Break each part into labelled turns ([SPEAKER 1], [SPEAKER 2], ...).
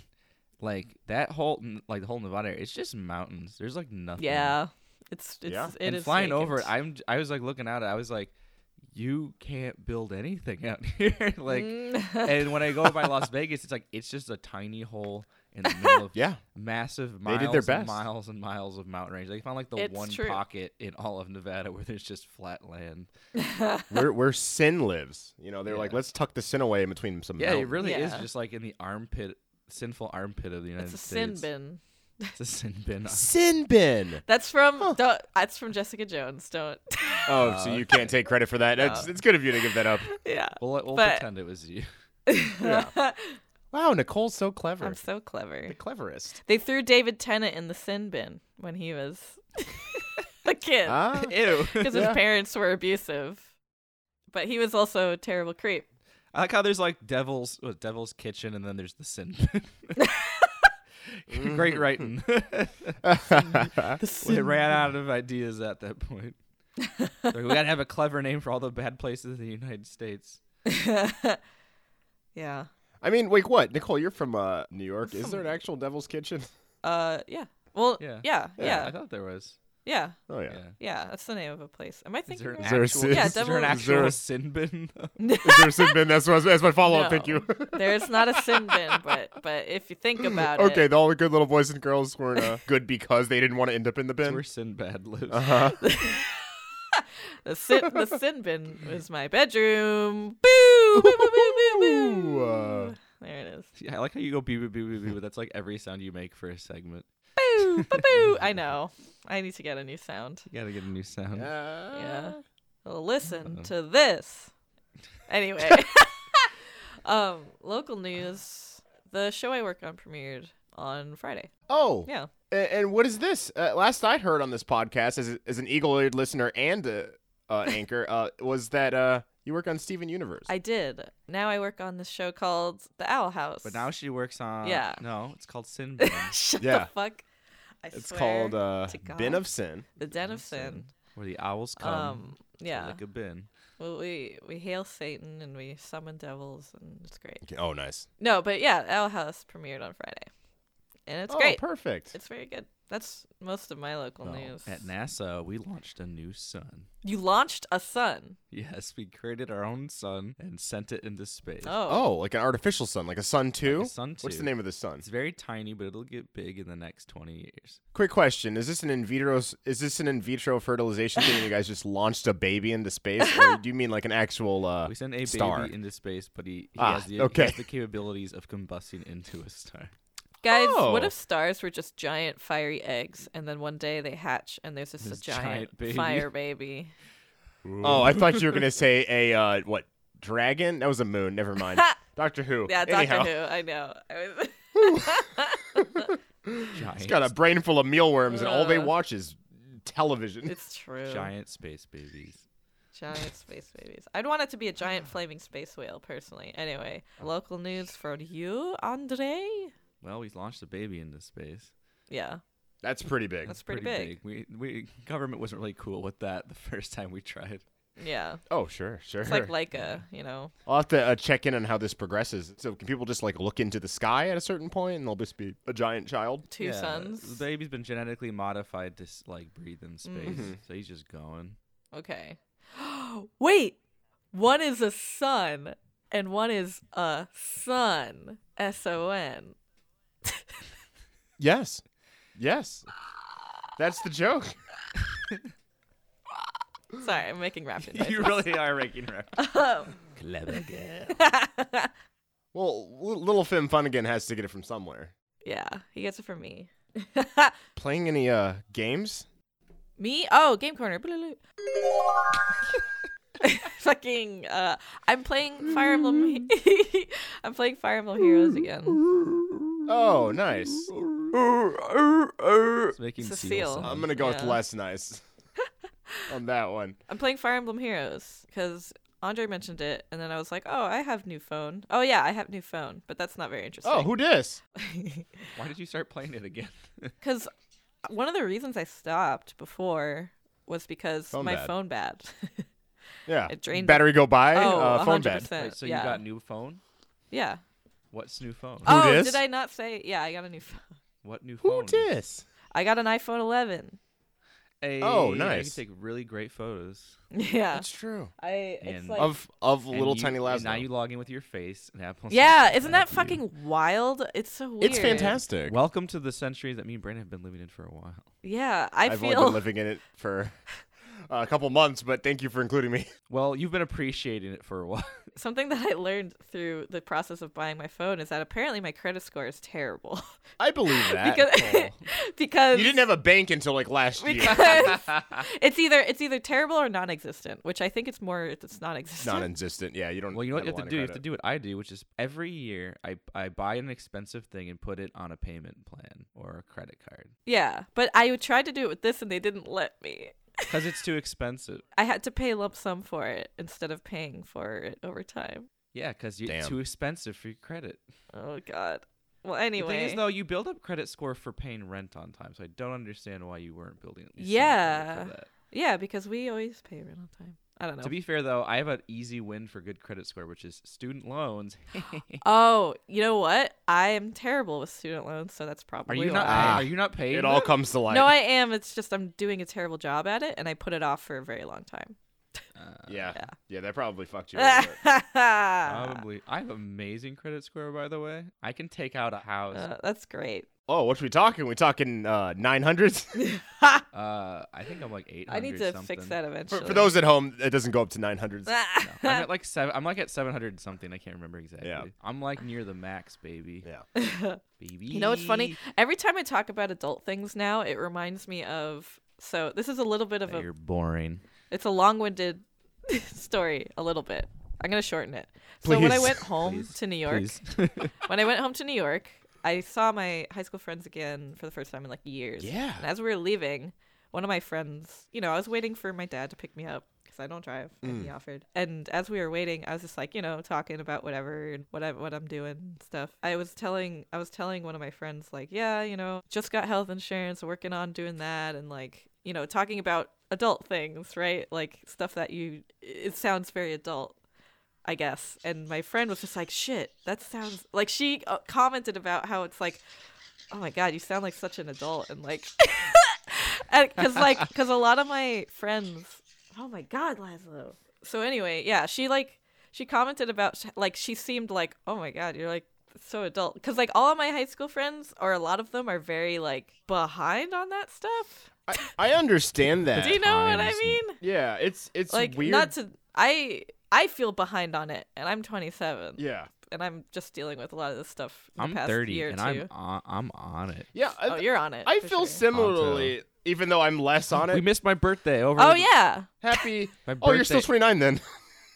[SPEAKER 1] like that whole, n- like the whole Nevada area, it's just mountains. There's like nothing.
[SPEAKER 2] Yeah. It's it's
[SPEAKER 3] Yeah.
[SPEAKER 2] it
[SPEAKER 1] and
[SPEAKER 2] is
[SPEAKER 1] flying
[SPEAKER 2] vacant.
[SPEAKER 1] over it, I'm j- I was like looking out. I was like, you can't build anything out here. like,
[SPEAKER 2] Mm.
[SPEAKER 1] and when I go by Las Vegas, it's like it's just a tiny hole in the middle of
[SPEAKER 3] Yeah.
[SPEAKER 1] massive
[SPEAKER 3] They
[SPEAKER 1] miles,
[SPEAKER 3] did their best.
[SPEAKER 1] And miles and miles of mountain range. They found like the
[SPEAKER 2] It's
[SPEAKER 1] one
[SPEAKER 2] true.
[SPEAKER 1] pocket in all of Nevada where there's just flat land.
[SPEAKER 3] where where sin lives. You know, they're like,
[SPEAKER 1] Yeah.
[SPEAKER 3] let's tuck the sin away in between some.
[SPEAKER 1] Yeah, it
[SPEAKER 3] mountains."
[SPEAKER 1] really is
[SPEAKER 2] Yeah.
[SPEAKER 1] just like in the armpit, sinful armpit of the United
[SPEAKER 2] it's a sin
[SPEAKER 1] States.
[SPEAKER 2] bin.
[SPEAKER 1] It's a sin bin.
[SPEAKER 3] Sin bin.
[SPEAKER 2] That's from don't, that's from Jessica Jones. Don't.
[SPEAKER 3] Oh, so you can't take credit for that. It's, it's good of you to give that up.
[SPEAKER 2] yeah.
[SPEAKER 1] We'll, we'll
[SPEAKER 2] But-
[SPEAKER 1] pretend it was you.
[SPEAKER 3] Wow, Nicole's so clever.
[SPEAKER 2] I'm so clever.
[SPEAKER 3] the cleverest.
[SPEAKER 2] They threw David Tennant in the sin bin when he was a kid
[SPEAKER 3] Ah,
[SPEAKER 1] Ew.
[SPEAKER 2] because
[SPEAKER 3] yeah.
[SPEAKER 2] his parents were abusive, but he was also a terrible creep.
[SPEAKER 1] I like how there's like devil's what, devil's kitchen and then there's the sin bin. Great writing.
[SPEAKER 3] Ah.
[SPEAKER 1] we ran out of ideas at that point. Like, we gotta have a clever name for all the bad places in the United States.
[SPEAKER 2] Yeah.
[SPEAKER 3] I mean, wait, what? Nicole, you're from uh, New York. Is there an actual Devil's Kitchen?
[SPEAKER 2] Uh. Yeah. Well.
[SPEAKER 1] Yeah.
[SPEAKER 2] Yeah. Yeah.
[SPEAKER 1] I
[SPEAKER 2] Yeah.
[SPEAKER 1] thought there was.
[SPEAKER 2] Yeah.
[SPEAKER 3] Oh
[SPEAKER 1] Yeah.
[SPEAKER 2] that's the name of a place. Am I
[SPEAKER 1] Is
[SPEAKER 2] thinking?
[SPEAKER 1] there an
[SPEAKER 2] right?
[SPEAKER 3] there a
[SPEAKER 1] actual,
[SPEAKER 3] sin-
[SPEAKER 2] Yeah,
[SPEAKER 1] is there an
[SPEAKER 2] devil-
[SPEAKER 3] Is there-
[SPEAKER 1] actual sin bin? though?
[SPEAKER 3] Is there a sin bin? That's, what, that's my follow up.
[SPEAKER 2] No.
[SPEAKER 3] Oh, Thank you.
[SPEAKER 2] There's not a sin bin, but but if you think about
[SPEAKER 3] Okay,
[SPEAKER 2] it,
[SPEAKER 3] the, all the good little boys and girls weren't uh, good because they didn't want to end up in the
[SPEAKER 1] That's where
[SPEAKER 3] bin.
[SPEAKER 1] Sinbad lives.
[SPEAKER 2] the sin the sin bin is my bedroom. Boo! Boo! Boo! Boo! Boo!
[SPEAKER 3] Ooh, uh,
[SPEAKER 2] boo. There it is.
[SPEAKER 1] Yeah, I like how you go boo boo boo boo boo, but that's like every sound you make for a segment.
[SPEAKER 2] Boo! Boo! Boo! I know. I need to get a new sound.
[SPEAKER 1] You gotta get a new sound.
[SPEAKER 2] Yeah. Well, listen to this. Anyway, um, local news. The show I work on premiered on Friday.
[SPEAKER 3] Oh,
[SPEAKER 2] Yeah.
[SPEAKER 3] a- and, what is this? Uh, last I heard on this podcast, as, a- as an eagle-eared listener and a, uh, anchor, uh, was that uh, you work on Steven Universe.
[SPEAKER 2] I did. Now I work on this show called The Owl House.
[SPEAKER 1] But now she works on.
[SPEAKER 2] Yeah.
[SPEAKER 1] No, it's called Sinbad.
[SPEAKER 2] shut
[SPEAKER 3] Yeah.
[SPEAKER 2] the fuck. I
[SPEAKER 3] it's
[SPEAKER 2] swear
[SPEAKER 3] called uh,
[SPEAKER 2] to God.
[SPEAKER 3] Bin of Sin.
[SPEAKER 2] the Den of Sin.
[SPEAKER 1] where the owls come.
[SPEAKER 2] Um, yeah.
[SPEAKER 1] Like a bin.
[SPEAKER 2] Well, we we hail Satan and we summon devils and it's great.
[SPEAKER 3] Oh, nice.
[SPEAKER 2] No, but yeah, Owl House premiered on Friday, and it's
[SPEAKER 3] oh,
[SPEAKER 2] great.
[SPEAKER 3] perfect.
[SPEAKER 2] It's very good. That's most of my local
[SPEAKER 1] Well,
[SPEAKER 2] news.
[SPEAKER 1] At NASA, we launched a new sun.
[SPEAKER 2] you launched a sun.
[SPEAKER 1] Yes, we created our own sun and sent it into space.
[SPEAKER 2] Oh.
[SPEAKER 3] Oh, like an artificial sun, like a sun two.
[SPEAKER 1] sun
[SPEAKER 3] What's the
[SPEAKER 1] too.
[SPEAKER 3] name of the sun?
[SPEAKER 1] It's very tiny, but it'll get big in the next 20 years.
[SPEAKER 3] Quick question: Is this an in vitro? s- Is this an in vitro fertilization thing? and You guys just launched a baby into space, or do you mean like an actual uh,
[SPEAKER 1] We sent a
[SPEAKER 3] star?
[SPEAKER 1] baby into space, but he, he,
[SPEAKER 3] Ah,
[SPEAKER 1] has the, he
[SPEAKER 3] okay.
[SPEAKER 1] has the capabilities of combusting into a star.
[SPEAKER 2] Guys, what
[SPEAKER 3] Oh.
[SPEAKER 2] if stars were just giant fiery eggs and then one day they hatch and there's just
[SPEAKER 1] This
[SPEAKER 2] a
[SPEAKER 1] giant
[SPEAKER 2] giant,
[SPEAKER 1] baby.
[SPEAKER 2] fire baby?
[SPEAKER 3] oh, I thought you were gonna say a uh, what dragon? That was a moon. Never mind. Doctor Who.
[SPEAKER 2] Yeah,
[SPEAKER 3] Anyhow,
[SPEAKER 2] Doctor Who, I know. I was-
[SPEAKER 1] Giant,
[SPEAKER 3] It's got a brain full of mealworms, and all they
[SPEAKER 2] Uh.
[SPEAKER 3] watch is television.
[SPEAKER 2] it's true.
[SPEAKER 1] giant space babies.
[SPEAKER 2] Giant space babies. I'd want it to be a giant flaming space whale, personally. Anyway,
[SPEAKER 1] Oh.
[SPEAKER 2] local news for you, Andre?
[SPEAKER 1] Well, we launched a baby into space.
[SPEAKER 2] Yeah,
[SPEAKER 3] That's pretty big.
[SPEAKER 2] that's pretty, big.
[SPEAKER 1] We, we government wasn't really cool with that the first time we tried.
[SPEAKER 2] Yeah.
[SPEAKER 3] Oh, sure, sure.
[SPEAKER 2] It's like Leica, you know.
[SPEAKER 3] I'll have to uh, check in on how this progresses. So, can people just like look into the sky at a certain point, and they'll just be a giant child?
[SPEAKER 2] Two
[SPEAKER 1] Yeah, The
[SPEAKER 2] suns.
[SPEAKER 1] baby's been genetically modified to s- like breathe in space,
[SPEAKER 2] Mm-hmm.
[SPEAKER 3] Mhm.
[SPEAKER 1] so he's just going.
[SPEAKER 2] Okay. Wait. One is a sun and one is a sun. S O N.
[SPEAKER 3] Yes, yes. That's the joke.
[SPEAKER 2] Sorry, I'm making rapid. noises.
[SPEAKER 1] really are making records.
[SPEAKER 2] Um,
[SPEAKER 1] Clever girl.
[SPEAKER 3] Well, L- Little Finn Funnigan has to get it from somewhere.
[SPEAKER 2] yeah, he gets it from me.
[SPEAKER 3] Playing any uh games?
[SPEAKER 2] me? Oh, game corner. Blue. Fucking. Uh, I'm playing Fire Emblem. He- I'm playing Fire Emblem Heroes again.
[SPEAKER 3] Oh, nice.
[SPEAKER 1] It's making
[SPEAKER 2] Cecile.
[SPEAKER 1] seal. sounds.
[SPEAKER 3] I'm gonna go with
[SPEAKER 2] Yeah.
[SPEAKER 3] less nice on that one.
[SPEAKER 2] I'm playing Fire Emblem Heroes because Andre mentioned it, and then I was like, oh, I have new phone. Oh yeah, I have new phone, but that's not very interesting.
[SPEAKER 3] Oh, who dis?
[SPEAKER 1] Why did you start playing it again?
[SPEAKER 2] Because uh, one of the reasons I stopped before was because
[SPEAKER 3] Phone
[SPEAKER 2] my
[SPEAKER 3] bad.
[SPEAKER 2] phone bad.
[SPEAKER 3] Yeah,
[SPEAKER 2] It drained
[SPEAKER 3] battery go by.
[SPEAKER 2] oh,
[SPEAKER 3] uh, phone bad.
[SPEAKER 2] 100%,
[SPEAKER 1] Wait, so
[SPEAKER 2] yeah.
[SPEAKER 1] you got new phone?
[SPEAKER 2] yeah.
[SPEAKER 1] What's new phone?
[SPEAKER 3] Who
[SPEAKER 2] oh,
[SPEAKER 3] dis?
[SPEAKER 2] did I not say? Yeah, I got a new phone.
[SPEAKER 1] What new phone?
[SPEAKER 3] Who dis?
[SPEAKER 2] I got an iPhone 11.
[SPEAKER 1] Hey,
[SPEAKER 3] Oh,
[SPEAKER 1] You can
[SPEAKER 3] nice.
[SPEAKER 1] take really great photos.
[SPEAKER 2] Yeah.
[SPEAKER 3] That's true.
[SPEAKER 2] I. It's
[SPEAKER 1] And-
[SPEAKER 2] like.
[SPEAKER 3] Of of
[SPEAKER 1] And
[SPEAKER 3] little
[SPEAKER 1] you-
[SPEAKER 3] tiny labs.
[SPEAKER 1] and Now you log in with your face and Apple.
[SPEAKER 2] yeah,
[SPEAKER 1] says,
[SPEAKER 2] isn't that
[SPEAKER 1] "Thank you."
[SPEAKER 2] fucking wild? It's so weird.
[SPEAKER 3] It's fantastic.
[SPEAKER 1] Welcome to the century that me and Brandon have been living in for a while.
[SPEAKER 2] Yeah, I
[SPEAKER 3] I've only
[SPEAKER 2] feel.
[SPEAKER 3] been living in it for a couple months, but thank you for including me.
[SPEAKER 1] Well, you've been appreciating it for a while.
[SPEAKER 2] Something that I learned through the process of buying my phone is that apparently my credit score is terrible.
[SPEAKER 3] I believe that.
[SPEAKER 2] because because
[SPEAKER 3] you didn't have a bank until like last year.
[SPEAKER 2] because it's either it's either terrible or non-existent, which I think it's more it's non-existent.
[SPEAKER 3] Non-existent. Yeah, you don't.
[SPEAKER 1] Well, you know what you
[SPEAKER 3] have
[SPEAKER 1] have
[SPEAKER 3] a
[SPEAKER 1] to do? You
[SPEAKER 3] line
[SPEAKER 1] have
[SPEAKER 3] of
[SPEAKER 1] to do what I do, which is every year I, I buy an expensive thing and put it on a payment plan or a credit card
[SPEAKER 2] yeah, but I tried to do it with this and they didn't let me.
[SPEAKER 1] because it's too expensive.
[SPEAKER 2] I had to pay a lump sum for it instead of paying for it over time.
[SPEAKER 1] Yeah, because it's
[SPEAKER 3] Damn.
[SPEAKER 1] too expensive for your credit.
[SPEAKER 2] Oh god. Well,
[SPEAKER 1] The thing
[SPEAKER 2] anyway.
[SPEAKER 1] is, though, you build up credit score for paying rent on time, so I don't understand why you weren't building. At least some credit
[SPEAKER 2] Yeah.
[SPEAKER 1] for that.
[SPEAKER 2] yeah, because we always pay rent on time. I don't know.
[SPEAKER 1] To be fair, though, I have an easy win for good credit score, which is student loans.
[SPEAKER 2] oh, you know what? I am terrible with student loans, so that's
[SPEAKER 1] Are
[SPEAKER 2] probably
[SPEAKER 1] you not?
[SPEAKER 2] why.
[SPEAKER 3] Ah.
[SPEAKER 1] are you not paid?
[SPEAKER 3] It all comes to life.
[SPEAKER 2] no, I am. It's just I'm doing a terrible job at it, and I put it off for a very long time.
[SPEAKER 3] Yeah.
[SPEAKER 2] Yeah.
[SPEAKER 3] yeah, that probably fucked you. a little bit.
[SPEAKER 2] Probably.
[SPEAKER 1] Probably. I have amazing credit score, by the way. I can take out a house.
[SPEAKER 2] Uh, that's great.
[SPEAKER 3] oh, what we talking? We talking nine hundreds?
[SPEAKER 1] Uh, I think I'm like eight.
[SPEAKER 2] Ah. I need to fix that
[SPEAKER 3] for,
[SPEAKER 2] eventually.
[SPEAKER 3] for those at home, it doesn't go up to nine hundreds.
[SPEAKER 1] I'm at like seven. I'm like at seven hundred something. I can't remember exactly.
[SPEAKER 3] Yeah.
[SPEAKER 1] I'm like near the max, baby.
[SPEAKER 3] Yeah.
[SPEAKER 1] Baby.
[SPEAKER 2] you know what's funny? Every time I talk about adult things now, it reminds me of. So this is a little bit of
[SPEAKER 1] That
[SPEAKER 2] a.
[SPEAKER 1] you're boring.
[SPEAKER 2] It's a long-winded story, a little bit. I'm gonna shorten it. So when I
[SPEAKER 3] Please.
[SPEAKER 2] went home
[SPEAKER 1] Please.
[SPEAKER 2] to New York,
[SPEAKER 1] Please.
[SPEAKER 2] when I went home to New York, I saw my high school friends again for the first time in like years.
[SPEAKER 3] Yeah.
[SPEAKER 2] And as we were leaving, one of my friends, you know, I was waiting for my dad to pick me up because I don't drive, and he offered. And as we were waiting, I was just like, you know, talking about whatever and what I what I'm doing and stuff. I was telling I was telling one of my friends like, yeah, you know, just got health insurance, working on doing that, and like, you know, talking about adult things, right? Like stuff that you it sounds very adult. I guess. And my friend was just like, shit, that sounds like she uh, commented about how it's like oh my god, you sound like such an adult and like because like because a lot of my friends oh my god laszlo so anyway yeah she like she commented about like she seemed like oh my god you're like so adult because like all of my high school friends or a lot of them are very like behind on that stuff
[SPEAKER 3] I, I understand that.
[SPEAKER 2] do you know what i
[SPEAKER 1] times.
[SPEAKER 2] mean
[SPEAKER 3] yeah, it's it's
[SPEAKER 2] like
[SPEAKER 3] weird.
[SPEAKER 2] not to i i feel behind on it and i'm 27
[SPEAKER 3] yeah,
[SPEAKER 2] and i'm just dealing with a lot of this stuff in the
[SPEAKER 1] I'm
[SPEAKER 2] past
[SPEAKER 1] 30
[SPEAKER 2] year or
[SPEAKER 1] and
[SPEAKER 2] two
[SPEAKER 1] I'm on, I'm on it.
[SPEAKER 3] yeah. I,
[SPEAKER 2] oh you're on it
[SPEAKER 3] I
[SPEAKER 2] for
[SPEAKER 3] feel
[SPEAKER 2] sure.
[SPEAKER 3] similarly, even though I'm less on
[SPEAKER 1] We
[SPEAKER 3] it.
[SPEAKER 1] missed my birthday over.
[SPEAKER 2] oh
[SPEAKER 1] the-
[SPEAKER 2] yeah
[SPEAKER 3] Happy.
[SPEAKER 1] My
[SPEAKER 3] Oh, you're still
[SPEAKER 1] birthday.
[SPEAKER 3] 29 then.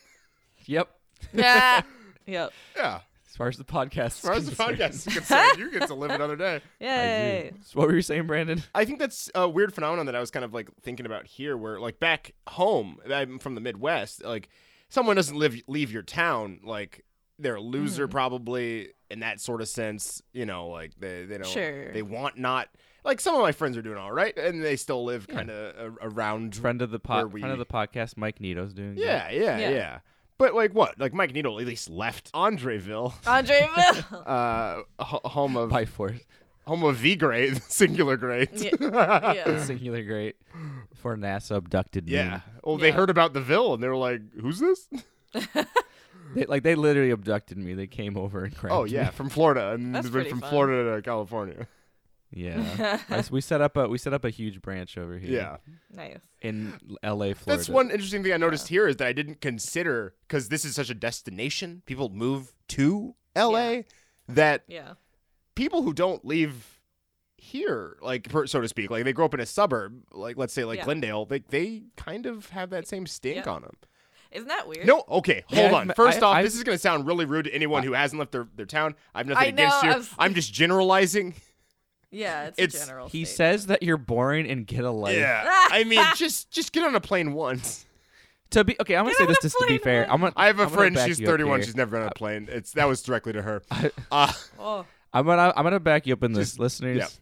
[SPEAKER 1] Yep.
[SPEAKER 2] yeah yep
[SPEAKER 3] yeah.
[SPEAKER 1] As far as the podcast. As
[SPEAKER 3] As far as the podcast is concerned, you get to live another day.
[SPEAKER 2] Yay.
[SPEAKER 1] What were you saying, Brandon?
[SPEAKER 3] I think that's a weird phenomenon that I was kind of like thinking about here, where like back home, I'm from the Midwest, like someone doesn't live leave your town, like they're a loser
[SPEAKER 2] Hmm.
[SPEAKER 3] probably in that sort of sense, you know, like they they don't
[SPEAKER 2] Sure.
[SPEAKER 3] they want not like some of my friends are doing all right and they still live kind of a around
[SPEAKER 1] Friend of the
[SPEAKER 3] Where
[SPEAKER 1] pod,
[SPEAKER 3] we-
[SPEAKER 1] friend of the podcast, Mike Nito's doing. good.
[SPEAKER 3] yeah, yeah, yeah,
[SPEAKER 2] Yeah.
[SPEAKER 3] But like what? Like Mike Needle at least left Andreville,
[SPEAKER 2] Andreville.
[SPEAKER 3] uh, ho- home of
[SPEAKER 1] by force,
[SPEAKER 3] home of V grade, singular grade.
[SPEAKER 2] yeah.
[SPEAKER 1] singular great for NASA abducted. moon.
[SPEAKER 3] Yeah. Well, they
[SPEAKER 2] Yeah.
[SPEAKER 3] heard about the Ville and they were like, "Who's this?"
[SPEAKER 1] They- like they literally abducted me. They came over and grabbed.
[SPEAKER 3] oh yeah, from Florida, and
[SPEAKER 2] That's
[SPEAKER 3] it's been
[SPEAKER 2] pretty
[SPEAKER 3] from
[SPEAKER 2] fun.
[SPEAKER 3] Florida to California.
[SPEAKER 1] me. yeah. I s- we set up a we set up a huge branch over here.
[SPEAKER 3] Yeah.
[SPEAKER 2] Nice.
[SPEAKER 1] in L.A. Florida.
[SPEAKER 3] That's one interesting thing I noticed here is that I didn't consider because this is such a destination. People move to LA
[SPEAKER 2] Yeah.
[SPEAKER 3] that
[SPEAKER 2] Yeah.
[SPEAKER 3] people who don't leave here, like per, so to speak, like they grow up in a suburb, like let's say like
[SPEAKER 2] Yeah.
[SPEAKER 3] Glendale, they they kind of have that same stink
[SPEAKER 2] Yeah.
[SPEAKER 3] on them.
[SPEAKER 2] Isn't that weird?
[SPEAKER 3] No, okay,
[SPEAKER 1] Yeah,
[SPEAKER 3] hold
[SPEAKER 1] I've
[SPEAKER 3] on.
[SPEAKER 1] met-
[SPEAKER 3] First
[SPEAKER 1] I-
[SPEAKER 3] off,
[SPEAKER 1] I've-
[SPEAKER 3] this is going to sound really rude to anyone who hasn't left their, their town. I have nothing
[SPEAKER 2] I know,
[SPEAKER 3] against you.
[SPEAKER 2] I was-
[SPEAKER 3] I'm just generalizing.
[SPEAKER 2] Yeah, it's,
[SPEAKER 3] It's-
[SPEAKER 2] a general.
[SPEAKER 1] He
[SPEAKER 2] statement.
[SPEAKER 1] says that you're boring and get a life.
[SPEAKER 3] Yeah. I mean, just just get on a plane once.
[SPEAKER 1] To be okay, I'm gonna
[SPEAKER 2] Get
[SPEAKER 1] say
[SPEAKER 2] on
[SPEAKER 1] this
[SPEAKER 2] the
[SPEAKER 1] just to be
[SPEAKER 2] plane,
[SPEAKER 1] fair.
[SPEAKER 2] man.
[SPEAKER 1] I'm gonna.
[SPEAKER 3] I have a
[SPEAKER 1] I'm gonna
[SPEAKER 3] friend.
[SPEAKER 1] back
[SPEAKER 3] She's
[SPEAKER 1] you up
[SPEAKER 3] 31.
[SPEAKER 1] here.
[SPEAKER 3] She's never on a plane. It's that was directly to her. Uh,
[SPEAKER 2] Oh,
[SPEAKER 1] I'm gonna I'm gonna back you up in this,
[SPEAKER 3] Just-
[SPEAKER 1] listeners.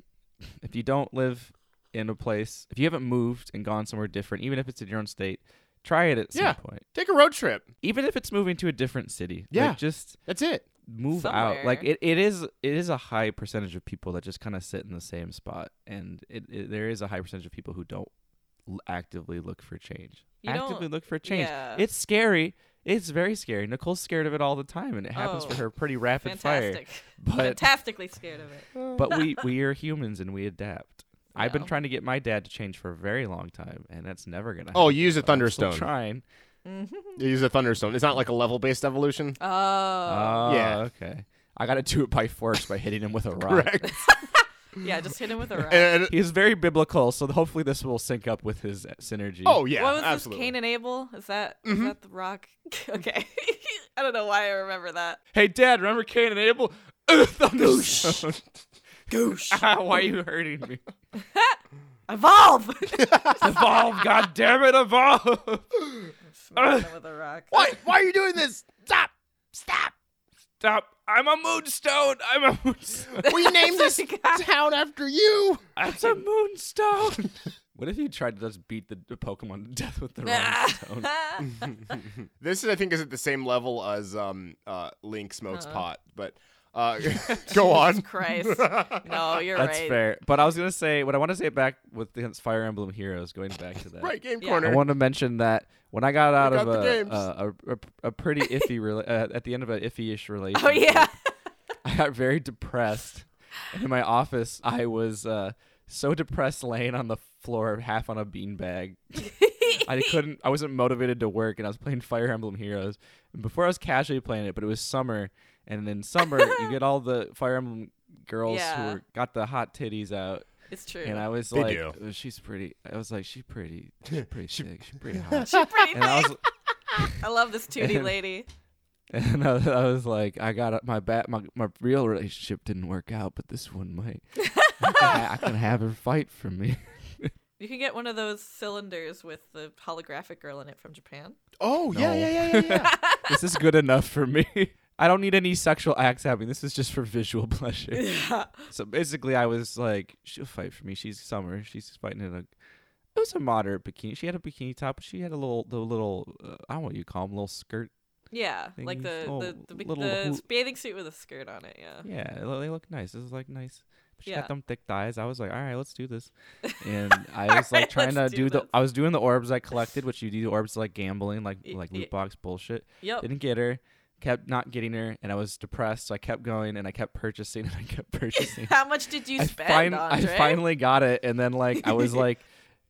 [SPEAKER 1] If you don't live in a place, if you haven't moved and gone somewhere different, even if it's in your own state, try it at some
[SPEAKER 3] Yeah.
[SPEAKER 1] point.
[SPEAKER 3] take a road trip.
[SPEAKER 1] Even if it's moving to a different city, like,
[SPEAKER 3] Yeah.
[SPEAKER 1] just
[SPEAKER 3] That's it.
[SPEAKER 1] move out. Like
[SPEAKER 2] Somewhere.
[SPEAKER 1] it, it is it is a high percentage of people that just kind of sit in the same spot, and it, it there is a high percentage of people who don't l- actively look for change.
[SPEAKER 2] You don't-
[SPEAKER 1] actively look for change.
[SPEAKER 2] yeah.
[SPEAKER 1] It's scary. It's very scary. Nicole's scared of it all the time, and it happens for
[SPEAKER 2] Oh,
[SPEAKER 1] her pretty rapid fire.
[SPEAKER 2] fantastic.
[SPEAKER 1] But
[SPEAKER 2] Fantastically scared of it.
[SPEAKER 1] but we we are humans and we adapt. I've been
[SPEAKER 2] Yeah.
[SPEAKER 1] trying to get my dad to change for a very long time, and that's never gonna.
[SPEAKER 3] Oh,
[SPEAKER 1] happen,
[SPEAKER 3] you use a
[SPEAKER 1] so I'm still
[SPEAKER 3] Thunderstone.
[SPEAKER 1] Trying.
[SPEAKER 3] You use a thunderstone. It's not like a level based evolution.
[SPEAKER 2] Oh.
[SPEAKER 3] Uh,
[SPEAKER 1] Oh,
[SPEAKER 3] Yeah.
[SPEAKER 1] Okay. I gotta do it by force by hitting him with a rock.
[SPEAKER 3] Correct.
[SPEAKER 2] yeah, just hit him with a rock.
[SPEAKER 3] and,
[SPEAKER 1] He is very biblical, so hopefully this will sync up with his uh, synergy.
[SPEAKER 3] oh yeah,
[SPEAKER 2] what was
[SPEAKER 3] absolutely.
[SPEAKER 2] this? Cain and Abel? Is that is
[SPEAKER 1] Mm-hmm.
[SPEAKER 2] that the rock? okay. I don't know why I remember that.
[SPEAKER 1] Hey, Dad, remember Cain and Abel? Ugh, Thunderstone. Goosh. Ow, Ah, why are you hurting me?
[SPEAKER 2] Evolve!
[SPEAKER 1] Evolve, God damn it, evolve!
[SPEAKER 2] Smack him with a rock.
[SPEAKER 3] Why? Why are you doing this? Stop! Stop!
[SPEAKER 1] Stop! I'm a moonstone. I'm a moonstone.
[SPEAKER 3] We named this town after you.
[SPEAKER 1] That's a moonstone. what if you tried to just beat the, the Pokemon to death with the
[SPEAKER 3] Ah.
[SPEAKER 1] wrong stone?
[SPEAKER 3] This is, I think, is at the same level as um, uh, Link smokes pot. But uh, go on.
[SPEAKER 2] Uh-huh. Christ. No, you're
[SPEAKER 1] That's
[SPEAKER 2] right.
[SPEAKER 1] fair. But I was gonna say what I want to say back with the Fire Emblem Heroes. Going back to that,
[SPEAKER 3] Right, game
[SPEAKER 2] Yeah.
[SPEAKER 3] corner.
[SPEAKER 1] I want to mention that when I got out
[SPEAKER 3] got
[SPEAKER 1] of
[SPEAKER 3] the games.
[SPEAKER 1] a, a, a, a a pretty iffy rela- uh, at the end of an iffy-ish relationship,
[SPEAKER 2] Oh, yeah.
[SPEAKER 1] I got very depressed. And in my office, I was uh, so depressed, laying on the floor, half on a beanbag. I couldn't. I wasn't motivated to work, and I was playing Fire Emblem Heroes. And before I was casually playing it, but it was summer, and in summer you get all the Fire Emblem girls
[SPEAKER 2] Yeah.
[SPEAKER 1] who were, got the hot titties out,
[SPEAKER 2] It's true.
[SPEAKER 1] and I was
[SPEAKER 3] They
[SPEAKER 1] like,
[SPEAKER 3] do.
[SPEAKER 1] "Oh, "She's pretty." I was like, "She's pretty. She's pretty sick. She's pretty hot."
[SPEAKER 2] She's pretty
[SPEAKER 1] and I was,
[SPEAKER 2] I love this 2D
[SPEAKER 1] And-
[SPEAKER 2] lady.
[SPEAKER 1] and I, I was like, I got my bat. My my real relationship didn't work out, but this one might. I, can ha- I can have her fight for me.
[SPEAKER 2] You can get one of those cylinders with the holographic girl in it from Japan.
[SPEAKER 3] oh yeah, yeah, yeah, yeah, yeah.
[SPEAKER 1] this is good enough for me. I don't need any sexual acts happening. This is just for visual pleasure. So basically, I was like, she'll fight for me. She's summer. She's fighting in a. It was a moderate bikini. She had a bikini top. but She had a little, the little, uh, I don't know what you call them, little skirt.
[SPEAKER 2] Yeah, like
[SPEAKER 1] Things-
[SPEAKER 2] the
[SPEAKER 1] oh,
[SPEAKER 2] the, the, big-
[SPEAKER 1] little
[SPEAKER 2] the
[SPEAKER 1] hoop.
[SPEAKER 2] bathing suit with a skirt on it. Yeah.
[SPEAKER 1] Yeah, they look nice. This is like nice, She
[SPEAKER 2] Yeah.
[SPEAKER 1] got them thick thighs. I was like, all right, let's do this. And I was like
[SPEAKER 2] Alright,
[SPEAKER 1] trying to
[SPEAKER 2] let's
[SPEAKER 1] do,
[SPEAKER 2] do
[SPEAKER 1] the.
[SPEAKER 2] this.
[SPEAKER 1] I was doing the orbs I collected, which you do the orbs like gambling, like
[SPEAKER 2] Y-
[SPEAKER 1] like
[SPEAKER 2] y- Oh.
[SPEAKER 1] loot box bullshit.
[SPEAKER 2] Yep.
[SPEAKER 1] Didn't get her. Kept not getting her, and I was depressed. So I kept going, and I kept purchasing, and I kept purchasing.
[SPEAKER 2] How much did you
[SPEAKER 1] I,
[SPEAKER 2] spend,
[SPEAKER 1] fin- I
[SPEAKER 2] Andre?
[SPEAKER 1] finally got it, and then like I was like,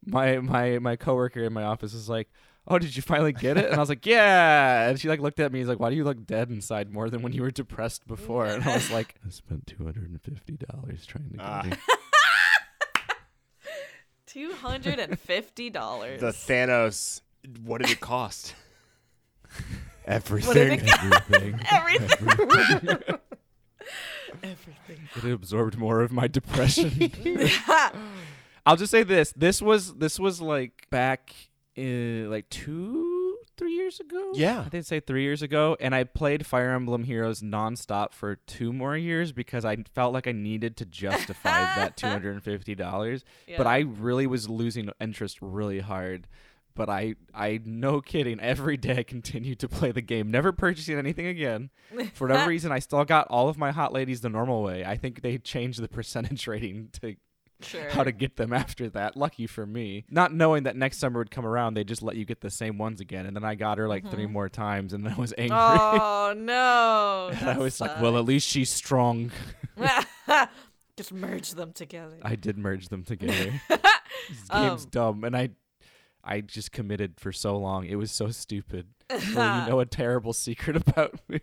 [SPEAKER 1] my my my coworker in my office was like, "Oh, did you finally get it?" And I was like, "Yeah." And she like looked at me. He's like, "Why do you look dead inside more than when you were depressed before?" And I was like, "I spent two hundred and fifty dollars trying to get
[SPEAKER 3] Ah.
[SPEAKER 1] it."
[SPEAKER 2] Two hundred and fifty dollars.
[SPEAKER 3] The Thanos. What did it cost?
[SPEAKER 4] Everything.
[SPEAKER 1] Everything.
[SPEAKER 2] Everything. Everything.
[SPEAKER 1] it absorbed more of my depression. I'll just say this: this was this was like back in like two, three years ago.
[SPEAKER 3] Yeah.
[SPEAKER 1] I think say three years ago, and I played Fire Emblem Heroes nonstop for two more years because I felt like I needed to justify that two hundred and fifty dollars.
[SPEAKER 2] Yeah.
[SPEAKER 1] But I really was losing interest really hard. But I, I no kidding, every day I continued to play the game, never purchasing anything again. For whatever reason, I still got all of my hot ladies the normal way. I think they changed the percentage rating to
[SPEAKER 2] sure.
[SPEAKER 1] how to get them after that. Lucky for me. Not knowing that next summer would come around, they just let you get the same ones again. And then I got her like three more times and I was angry.
[SPEAKER 2] Mm-hmm. Oh no!
[SPEAKER 1] and I was like, well, at least she's strong.
[SPEAKER 2] well, just merge them together.
[SPEAKER 1] I did merge them together. this game's
[SPEAKER 2] Um,
[SPEAKER 1] dumb. And I. I just committed for so long. It was so stupid. Well, you know a terrible secret about me.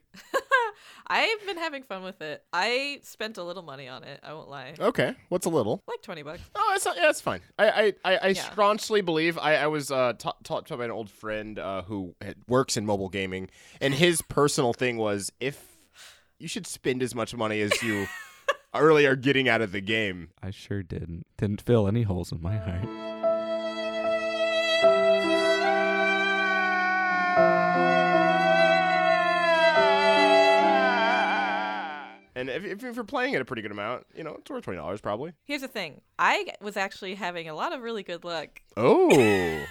[SPEAKER 2] I've been having fun with it. I spent a little money on it. I won't lie,
[SPEAKER 1] Oh.
[SPEAKER 3] Okay, what's a little?
[SPEAKER 2] like twenty bucks.
[SPEAKER 3] Oh, that's not, yeah, that's fine. I I, I, I
[SPEAKER 2] Yeah.
[SPEAKER 3] staunchly believe I, I was uh, taught taught by an old friend uh, who had- works in mobile gaming, and his personal thing was if you should spend as much money as you really are getting out of the game.
[SPEAKER 1] I sure didn't. Didn't fill any holes in my heart.
[SPEAKER 3] And if, if you're playing at a pretty good amount, you know, it's worth twenty dollars probably.
[SPEAKER 2] Here's the thing: I was actually having a lot of really good luck
[SPEAKER 3] Oh,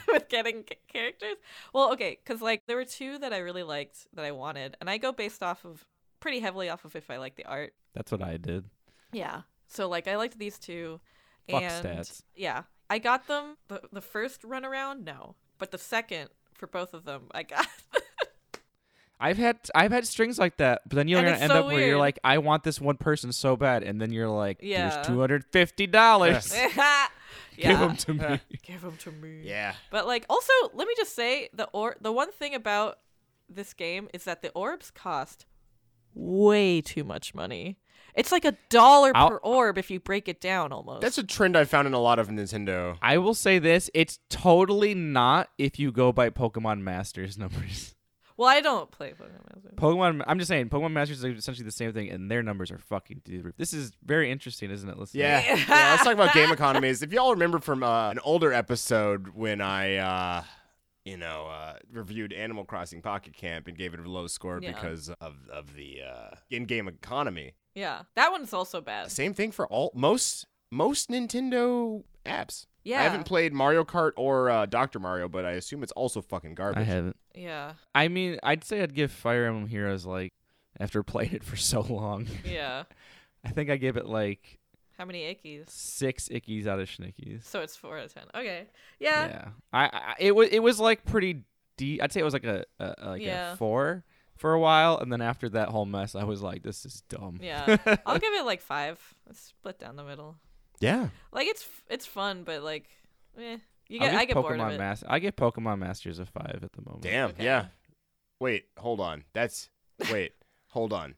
[SPEAKER 2] with getting c- characters. Well, okay, because like there were two that I really liked that I wanted, and I go based off of pretty heavily off of if I like the art.
[SPEAKER 1] That's what I did.
[SPEAKER 2] Yeah. So like I liked these two.
[SPEAKER 1] Fuck
[SPEAKER 2] and
[SPEAKER 1] stats.
[SPEAKER 2] Yeah, I got them the the first run around. No, but the second for both of them, I got.
[SPEAKER 1] I've had I've had strings like that, but then you're
[SPEAKER 2] And
[SPEAKER 1] gonna
[SPEAKER 2] it's
[SPEAKER 1] end
[SPEAKER 2] so
[SPEAKER 1] up where you're
[SPEAKER 2] weird.
[SPEAKER 1] like, I want this one person so bad, and then you're like,
[SPEAKER 2] Yeah.
[SPEAKER 1] there's two hundred fifty dollars.
[SPEAKER 2] yeah.
[SPEAKER 1] Give them to me.
[SPEAKER 2] Give 'em to me.
[SPEAKER 3] yeah.
[SPEAKER 2] But like, also, let me just say the or the one thing about this game is that the orbs cost way too much money. It's like a dollar
[SPEAKER 1] I'll-
[SPEAKER 2] per orb if you break it down almost.
[SPEAKER 3] That's a trend I found in a lot of Nintendo.
[SPEAKER 1] I will say this: it's totally not if you go by Pokemon Masters numbers.
[SPEAKER 2] well, I don't play Pokemon.
[SPEAKER 1] Pokemon, I'm just saying, Pokemon Masters is essentially the same thing, and their numbers are fucking. through the roof. This is very interesting, isn't it? Listen,
[SPEAKER 3] Yeah. yeah. Let's talk about game economies. If y'all remember from uh, an older episode when I, uh, you know, uh, reviewed Animal Crossing Pocket Camp and gave it a low score
[SPEAKER 2] Yeah.
[SPEAKER 3] because of, of the uh, in-game economy.
[SPEAKER 2] Yeah, that one's also bad.
[SPEAKER 3] Same thing for all most most Nintendo apps.
[SPEAKER 2] Yeah,
[SPEAKER 3] I haven't played Mario Kart or uh, Doctor Mario, but I assume it's also fucking garbage.
[SPEAKER 1] I haven't.
[SPEAKER 2] yeah,
[SPEAKER 1] I mean, I'd say I'd give Fire Emblem Heroes like after playing it for so long.
[SPEAKER 2] yeah.
[SPEAKER 1] I think I gave it like
[SPEAKER 2] How many ickies?
[SPEAKER 1] six ickies out of schnickies.
[SPEAKER 2] So it's four out of ten. Okay. Yeah.
[SPEAKER 1] Yeah. I, I it was it was like pretty deep. I'd say it was like a, a a- like
[SPEAKER 2] Yeah.
[SPEAKER 1] a four for a while, and then after that whole mess, I was like, this is dumb.
[SPEAKER 2] Yeah. I'll give it like five. Let's split down the middle.
[SPEAKER 3] Yeah.
[SPEAKER 2] Like it's f- it's fun, but like, eh. You
[SPEAKER 1] I'll
[SPEAKER 2] get I
[SPEAKER 1] give Pokemon
[SPEAKER 2] get bored of it.
[SPEAKER 1] Mas- I get Pokemon Masters a five at the moment.
[SPEAKER 3] Damn.
[SPEAKER 2] Okay.
[SPEAKER 3] Yeah. Wait. Hold on. That's wait. hold on.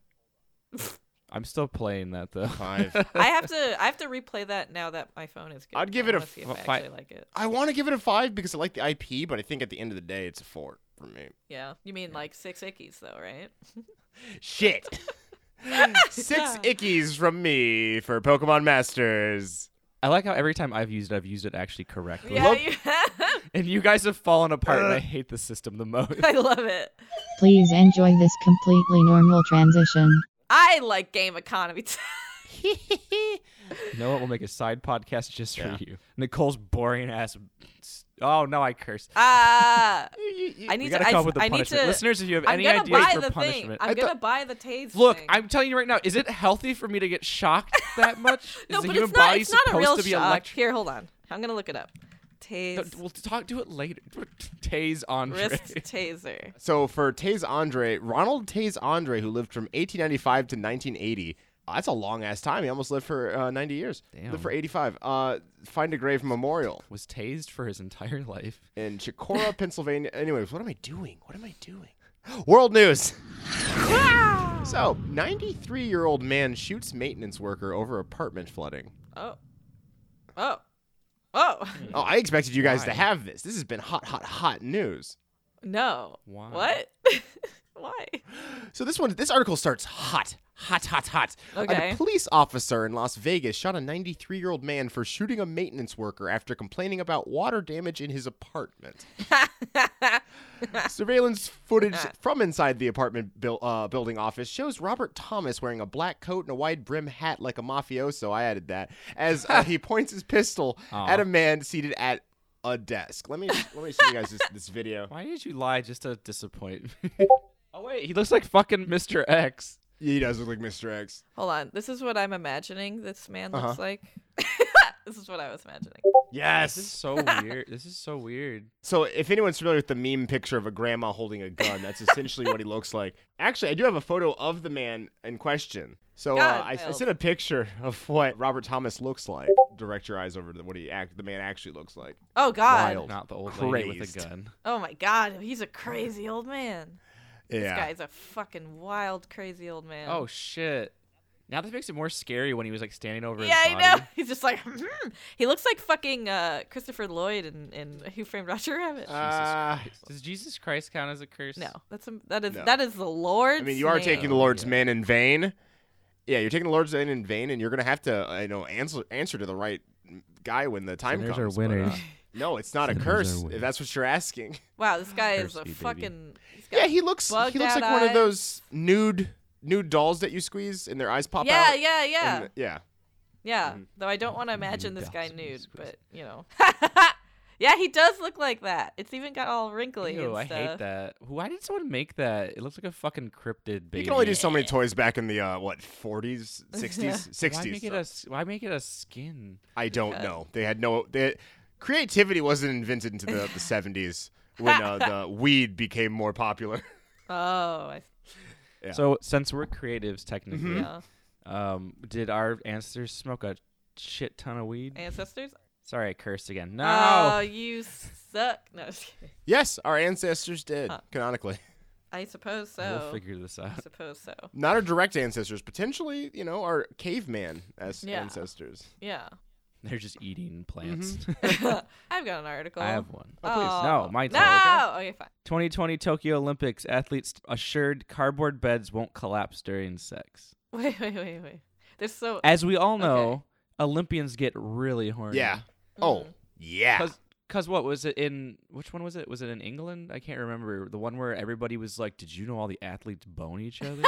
[SPEAKER 1] I'm still playing that though.
[SPEAKER 3] Five.
[SPEAKER 2] I have to I have to replay that now that my phone is good.
[SPEAKER 3] I'd give
[SPEAKER 2] I
[SPEAKER 3] it a
[SPEAKER 2] wanna see if I
[SPEAKER 1] fi-
[SPEAKER 2] actually like it.
[SPEAKER 3] I want to give it a five because I like the IP, but I think at the end of the day, it's a four for me.
[SPEAKER 2] Yeah. You mean like six ickies though, right?
[SPEAKER 3] Shit. Six
[SPEAKER 2] Yeah.
[SPEAKER 3] ickies from me for Pokemon Masters.
[SPEAKER 1] I like how every time I've used it, I've used it actually correctly.
[SPEAKER 2] Yeah.
[SPEAKER 3] Look-
[SPEAKER 2] You
[SPEAKER 1] And you guys have fallen apart, and I hate the system the most.
[SPEAKER 2] I love it.
[SPEAKER 5] Please enjoy this completely normal transition.
[SPEAKER 2] I like game economy. too.
[SPEAKER 1] You know what? We'll make a side podcast just for you. Nicole's boring ass. Oh no, I cursed.
[SPEAKER 2] Ah, I
[SPEAKER 1] we
[SPEAKER 2] need
[SPEAKER 1] gotta
[SPEAKER 2] to.
[SPEAKER 1] come
[SPEAKER 2] I,
[SPEAKER 1] up with a
[SPEAKER 2] I need
[SPEAKER 1] punishment.
[SPEAKER 2] to.
[SPEAKER 1] Listeners, if you have
[SPEAKER 2] I'm
[SPEAKER 1] any
[SPEAKER 2] gonna
[SPEAKER 1] ideas
[SPEAKER 2] buy
[SPEAKER 1] for
[SPEAKER 2] the thing.
[SPEAKER 1] punishment,
[SPEAKER 2] I'm gonna buy the taste.
[SPEAKER 1] look,
[SPEAKER 2] thing.
[SPEAKER 1] I'm telling you right now, is it healthy for me to get shocked that much?
[SPEAKER 2] no,
[SPEAKER 1] is the
[SPEAKER 2] but
[SPEAKER 1] human
[SPEAKER 2] it's not.
[SPEAKER 1] body
[SPEAKER 2] It's
[SPEAKER 1] supposed
[SPEAKER 2] not a real
[SPEAKER 1] to be
[SPEAKER 2] shock.
[SPEAKER 1] electric?
[SPEAKER 2] Here, hold on. I'm gonna look it up.
[SPEAKER 1] No,
[SPEAKER 2] Tase,
[SPEAKER 1] we'll talk to it later. Tase on
[SPEAKER 2] wrist taser.
[SPEAKER 3] So for Taze Andre, Ronald Taze Andre, who lived from 1895 to 1980, uh, that's a long ass time. He almost lived for uh, 90 years.
[SPEAKER 1] Damn.
[SPEAKER 3] Lived for 85. Uh, find a grave memorial
[SPEAKER 1] was tased for his entire life.
[SPEAKER 3] in Chicora, Pennsylvania. Anyways, what am I doing? What am I doing? World news. so, 93 year old man shoots maintenance worker over apartment flooding.
[SPEAKER 2] Oh, oh, oh.
[SPEAKER 1] Hmm.
[SPEAKER 3] Oh, I expected you guys
[SPEAKER 1] Why?
[SPEAKER 3] to have this. This has been hot, hot, hot news.
[SPEAKER 2] No.
[SPEAKER 1] Why?
[SPEAKER 2] What? Why?
[SPEAKER 3] So this one, this article starts hot, hot, hot, hot.
[SPEAKER 2] Okay.
[SPEAKER 3] A police officer in Las Vegas shot a 93-year-old man for shooting a maintenance worker after complaining about water damage in his apartment. Surveillance footage from inside the apartment buil- uh, building office shows Robert Thomas wearing a black coat and a wide brim hat like a mafioso. I added that as uh, he points his pistol
[SPEAKER 1] Aw.
[SPEAKER 3] at a man seated at a desk. Let me let me show you guys this, this video.
[SPEAKER 1] Why did you lie just to disappoint me? oh wait, he looks like fucking Mr. X.
[SPEAKER 3] Yeah, he does look like Mr. X.
[SPEAKER 2] Hold on. This is what I'm imagining this man
[SPEAKER 3] Uh-huh.
[SPEAKER 2] looks like. this is what I was imagining.
[SPEAKER 3] Yes.
[SPEAKER 1] This is so weird. This is so weird.
[SPEAKER 3] So, if anyone's familiar with the meme picture of a grandma holding a gun, that's essentially what he looks like. Actually, I do have a photo of the man in question. So, uh,
[SPEAKER 2] God,
[SPEAKER 3] I, I
[SPEAKER 2] Miles.
[SPEAKER 3] sent a picture of what Robert Thomas looks like. Direct your eyes over to what he act the man actually looks like.
[SPEAKER 2] Oh God.
[SPEAKER 3] Wild.
[SPEAKER 1] Not the old lady with a
[SPEAKER 3] Crazed.
[SPEAKER 1] gun.
[SPEAKER 2] Oh my God. He's a crazy old man. This
[SPEAKER 3] Yeah.
[SPEAKER 2] guy's a fucking wild, crazy old man.
[SPEAKER 1] Oh shit. Now this makes it more scary when he was like standing over
[SPEAKER 2] yeah,
[SPEAKER 1] his
[SPEAKER 2] I
[SPEAKER 1] body.
[SPEAKER 2] know. He's just like, hmm. he looks like fucking uh, Christopher Lloyd in, in Who Framed Roger Rabbit.
[SPEAKER 3] Uh,
[SPEAKER 1] Does Jesus Christ count as a curse?
[SPEAKER 2] no, that's a, that is
[SPEAKER 3] no.
[SPEAKER 2] that is the Lord's.
[SPEAKER 3] I mean, you are
[SPEAKER 2] name.
[SPEAKER 3] taking the Lord's men in vain. Yeah, you're taking the Lord's men in vain, and you're going to have to, I know, answer, answer to the right guy when the time
[SPEAKER 1] Sinners are
[SPEAKER 3] comes. but, uh,
[SPEAKER 1] winners.
[SPEAKER 3] no, it's not a
[SPEAKER 1] Sinners are
[SPEAKER 3] curse, if
[SPEAKER 1] winners.
[SPEAKER 3] that's what you're asking.
[SPEAKER 2] Wow, this guy is
[SPEAKER 1] Thirsty
[SPEAKER 2] a
[SPEAKER 1] baby.
[SPEAKER 2] fucking. he's got-
[SPEAKER 3] Yeah, he looks he looks
[SPEAKER 2] bugged
[SPEAKER 3] like
[SPEAKER 2] out
[SPEAKER 3] one of
[SPEAKER 2] eyes.
[SPEAKER 3] those nude nude dolls that you squeeze and their eyes pop
[SPEAKER 2] yeah,
[SPEAKER 3] out.
[SPEAKER 2] yeah, yeah.
[SPEAKER 3] And- yeah.
[SPEAKER 2] Yeah, though I don't want to imagine this guy
[SPEAKER 1] Mm-hmm. that's what
[SPEAKER 2] nude,
[SPEAKER 1] he's supposed
[SPEAKER 2] but you know. yeah, he does look like that. It's even got all wrinkly
[SPEAKER 1] Ew,
[SPEAKER 2] and
[SPEAKER 1] I
[SPEAKER 2] stuff.
[SPEAKER 1] hate that. Why did someone make that? It looks like a fucking cryptid baby.
[SPEAKER 3] You can only do so many toys back in the uh, what 40s, 60s,
[SPEAKER 1] why
[SPEAKER 3] 60s.
[SPEAKER 1] make it a s- Why make it a skin?
[SPEAKER 3] I don't know. They had no they, creativity wasn't invented into the, the 70s when uh, the weed became more popular.
[SPEAKER 2] Oh, I
[SPEAKER 3] Yeah.
[SPEAKER 1] So since we're creatives technically,
[SPEAKER 2] see.
[SPEAKER 1] um, did our ancestors smoke a shit ton of weed?
[SPEAKER 2] Ancestors?
[SPEAKER 1] Sorry, I cursed again. No.
[SPEAKER 2] Oh, you suck. No, just kidding.
[SPEAKER 3] yes, our ancestors did canonically.
[SPEAKER 2] I suppose
[SPEAKER 1] We'll
[SPEAKER 2] so.
[SPEAKER 1] figure this
[SPEAKER 2] I
[SPEAKER 1] out.
[SPEAKER 2] suppose so.
[SPEAKER 3] Not our direct ancestors, potentially, you know, our caveman as
[SPEAKER 2] Yeah.
[SPEAKER 3] ancestors.
[SPEAKER 2] Yeah.
[SPEAKER 1] They're just eating
[SPEAKER 2] Mm-hmm.
[SPEAKER 1] plants.
[SPEAKER 2] I've got an article.
[SPEAKER 1] I have one.
[SPEAKER 3] Oh, please.
[SPEAKER 1] No, my turn.
[SPEAKER 2] No. Okay, fine.
[SPEAKER 1] 2020 Tokyo Olympics athletes assured cardboard beds won't collapse during sex.
[SPEAKER 2] Wait, wait, wait, wait. There's so
[SPEAKER 1] As we all know,
[SPEAKER 2] Okay.
[SPEAKER 1] Olympians get really horny.
[SPEAKER 3] Yeah. Oh,
[SPEAKER 2] Mm.
[SPEAKER 3] yeah.
[SPEAKER 1] Cause, cause what was it in? Which one was it? Was it in England? I can't remember. The one where everybody was like, "Did you know all the athletes bone each other?"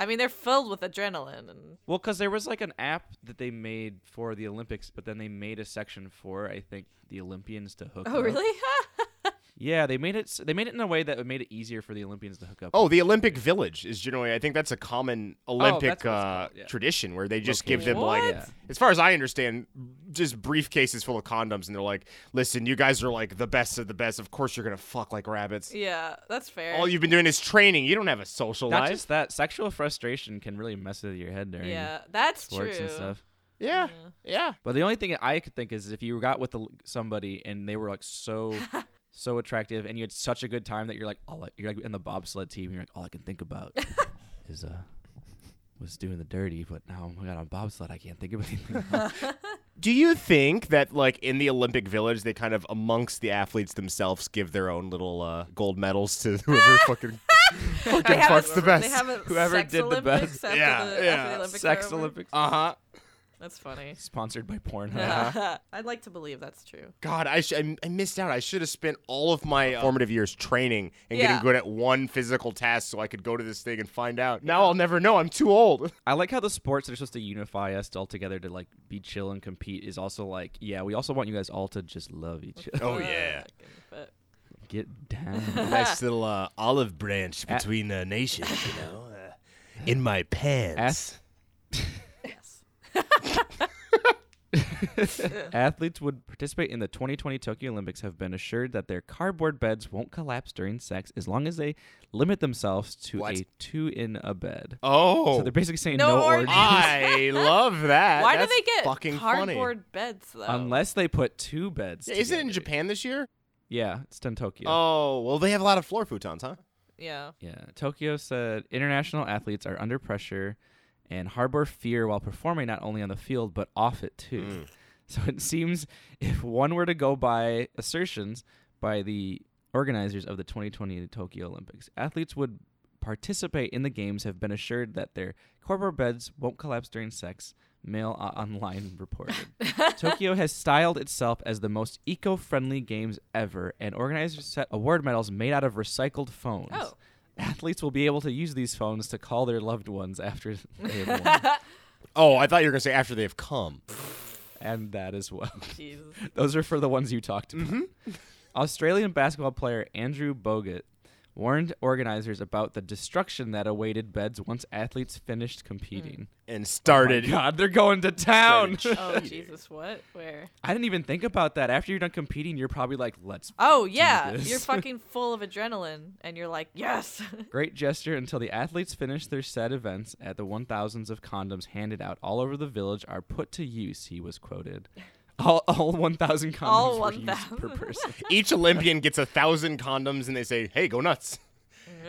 [SPEAKER 2] I mean, they're filled with adrenaline and
[SPEAKER 1] well, cause there was like an app that they made for the Olympics, but then they made a section for I think the Olympians to hook.
[SPEAKER 2] Oh,
[SPEAKER 1] up.
[SPEAKER 2] really?
[SPEAKER 1] Yeah, they made it. s- They made it in a way that made it easier for the Olympians to hook up.
[SPEAKER 3] Oh, the Olympic Village is generally. I think that's a common
[SPEAKER 1] Oh, what
[SPEAKER 3] Olympic
[SPEAKER 1] it's
[SPEAKER 3] uh,
[SPEAKER 1] called, yeah.
[SPEAKER 3] tradition where they just give
[SPEAKER 1] Location.
[SPEAKER 3] them like,
[SPEAKER 2] What?
[SPEAKER 3] as far as I understand, just briefcases full of condoms, and they're like, "Listen, you guys are like the best of the best. Of course, you're gonna fuck like rabbits.
[SPEAKER 2] yeah, that's fair.
[SPEAKER 3] All you've been doing is training. You don't have a social
[SPEAKER 1] Not
[SPEAKER 3] life.
[SPEAKER 1] just that, sexual frustration can really mess with your head during
[SPEAKER 2] yeah, that's
[SPEAKER 1] sports
[SPEAKER 2] true.
[SPEAKER 1] and stuff.
[SPEAKER 3] yeah, yeah.
[SPEAKER 1] But the only thing I could think is if you got with the, somebody and they were like so, so attractive, and you had such a good time that you're like, all I, you're like in the bobsled team, you're like, all I can think about is uh, was doing the dirty, but now I got on bobsled, I can't think of anything. else."
[SPEAKER 3] Do you think that like in the Olympic Village, they kind of amongst the athletes themselves give their own little uh, gold medals to whoever fucking
[SPEAKER 2] They have
[SPEAKER 3] fucks
[SPEAKER 2] a,
[SPEAKER 3] the best.
[SPEAKER 2] They have a
[SPEAKER 1] Whoever
[SPEAKER 2] sex
[SPEAKER 1] did the
[SPEAKER 2] Olympics
[SPEAKER 1] best.
[SPEAKER 2] After
[SPEAKER 3] Yeah,
[SPEAKER 2] the,
[SPEAKER 3] yeah.
[SPEAKER 2] After the Olympics
[SPEAKER 1] Sex
[SPEAKER 2] are over.
[SPEAKER 1] Olympics.
[SPEAKER 3] uh huh.
[SPEAKER 2] That's funny.
[SPEAKER 1] Sponsored by Pornhub.
[SPEAKER 2] I'd like to believe that's true.
[SPEAKER 3] God, I, sh- I I missed out. I should have spent all of my uh, formative years training and
[SPEAKER 2] Yeah.
[SPEAKER 3] getting good at one physical task so I could go to this thing and find out. Now I'll never know. I'm too old.
[SPEAKER 1] I like how the sports that are supposed to unify us all together to like be chill and compete is also like, yeah, we also want you guys all to just love each other.
[SPEAKER 3] Oh yeah,
[SPEAKER 2] But
[SPEAKER 1] Get down.
[SPEAKER 3] nice little uh, olive branch between uh, nations, you know. Uh, in my pants.
[SPEAKER 1] Ath-
[SPEAKER 2] yes.
[SPEAKER 1] athletes would participate in the 2020 Tokyo Olympics have been assured that their cardboard beds won't collapse during sex as long as they limit themselves to
[SPEAKER 3] What?
[SPEAKER 1] a two in a bed.
[SPEAKER 3] Oh, Ah.
[SPEAKER 1] So they're basically saying
[SPEAKER 2] No
[SPEAKER 1] no, orgy.
[SPEAKER 2] orgies.
[SPEAKER 3] I love that.
[SPEAKER 2] Why
[SPEAKER 3] That's
[SPEAKER 2] do they get
[SPEAKER 3] fucking
[SPEAKER 2] cardboard beds though?
[SPEAKER 1] Unless they put two beds.
[SPEAKER 3] Funny. Yeah, Isn't it in
[SPEAKER 1] together.
[SPEAKER 3] Japan this year?
[SPEAKER 1] Yeah, it's done Tokyo.
[SPEAKER 3] Oh, well, they have a lot of floor futons, huh?
[SPEAKER 2] yeah.
[SPEAKER 1] Yeah. Tokyo said international athletes are under pressure and harbor fear while performing not only on the field but off it too. So it seems if one were to go by assertions by the organizers of the 2020 Tokyo Olympics, athletes would participate in the games have been assured that their corporate beds won't collapse during sex. Mail o- online reported. Tokyo has styled itself as the most eco-friendly games ever, and organizers set award medals made out of recycled phones.
[SPEAKER 2] Oh.
[SPEAKER 1] Athletes will be able to use these phones to call their loved ones after they have won.
[SPEAKER 3] Oh, I thought you were gonna say after they have come.
[SPEAKER 1] and that as well.
[SPEAKER 2] Jesus.
[SPEAKER 1] Those are for the ones you talked about. Australian basketball player Andrew Bogut warned organizers about the destruction that awaited beds once athletes finished competing.
[SPEAKER 3] And
[SPEAKER 1] My
[SPEAKER 3] started.
[SPEAKER 1] God, they're going to town.
[SPEAKER 2] Oh Jesus, what? Where?
[SPEAKER 1] I didn't even think about that. After you're done competing, you're probably like, let's
[SPEAKER 2] Oh yeah, you're
[SPEAKER 1] this.
[SPEAKER 2] fucking full of adrenaline, and you're like, yes.
[SPEAKER 1] Great gesture until the athletes finish their said events at the 1,000s of condoms handed out all over the village are put to use, he was quoted. All, all 1,000 condoms
[SPEAKER 2] All
[SPEAKER 1] were used
[SPEAKER 2] 1,000.
[SPEAKER 1] per person.
[SPEAKER 3] Each Olympian gets a thousand condoms, and they say, "Hey, go nuts."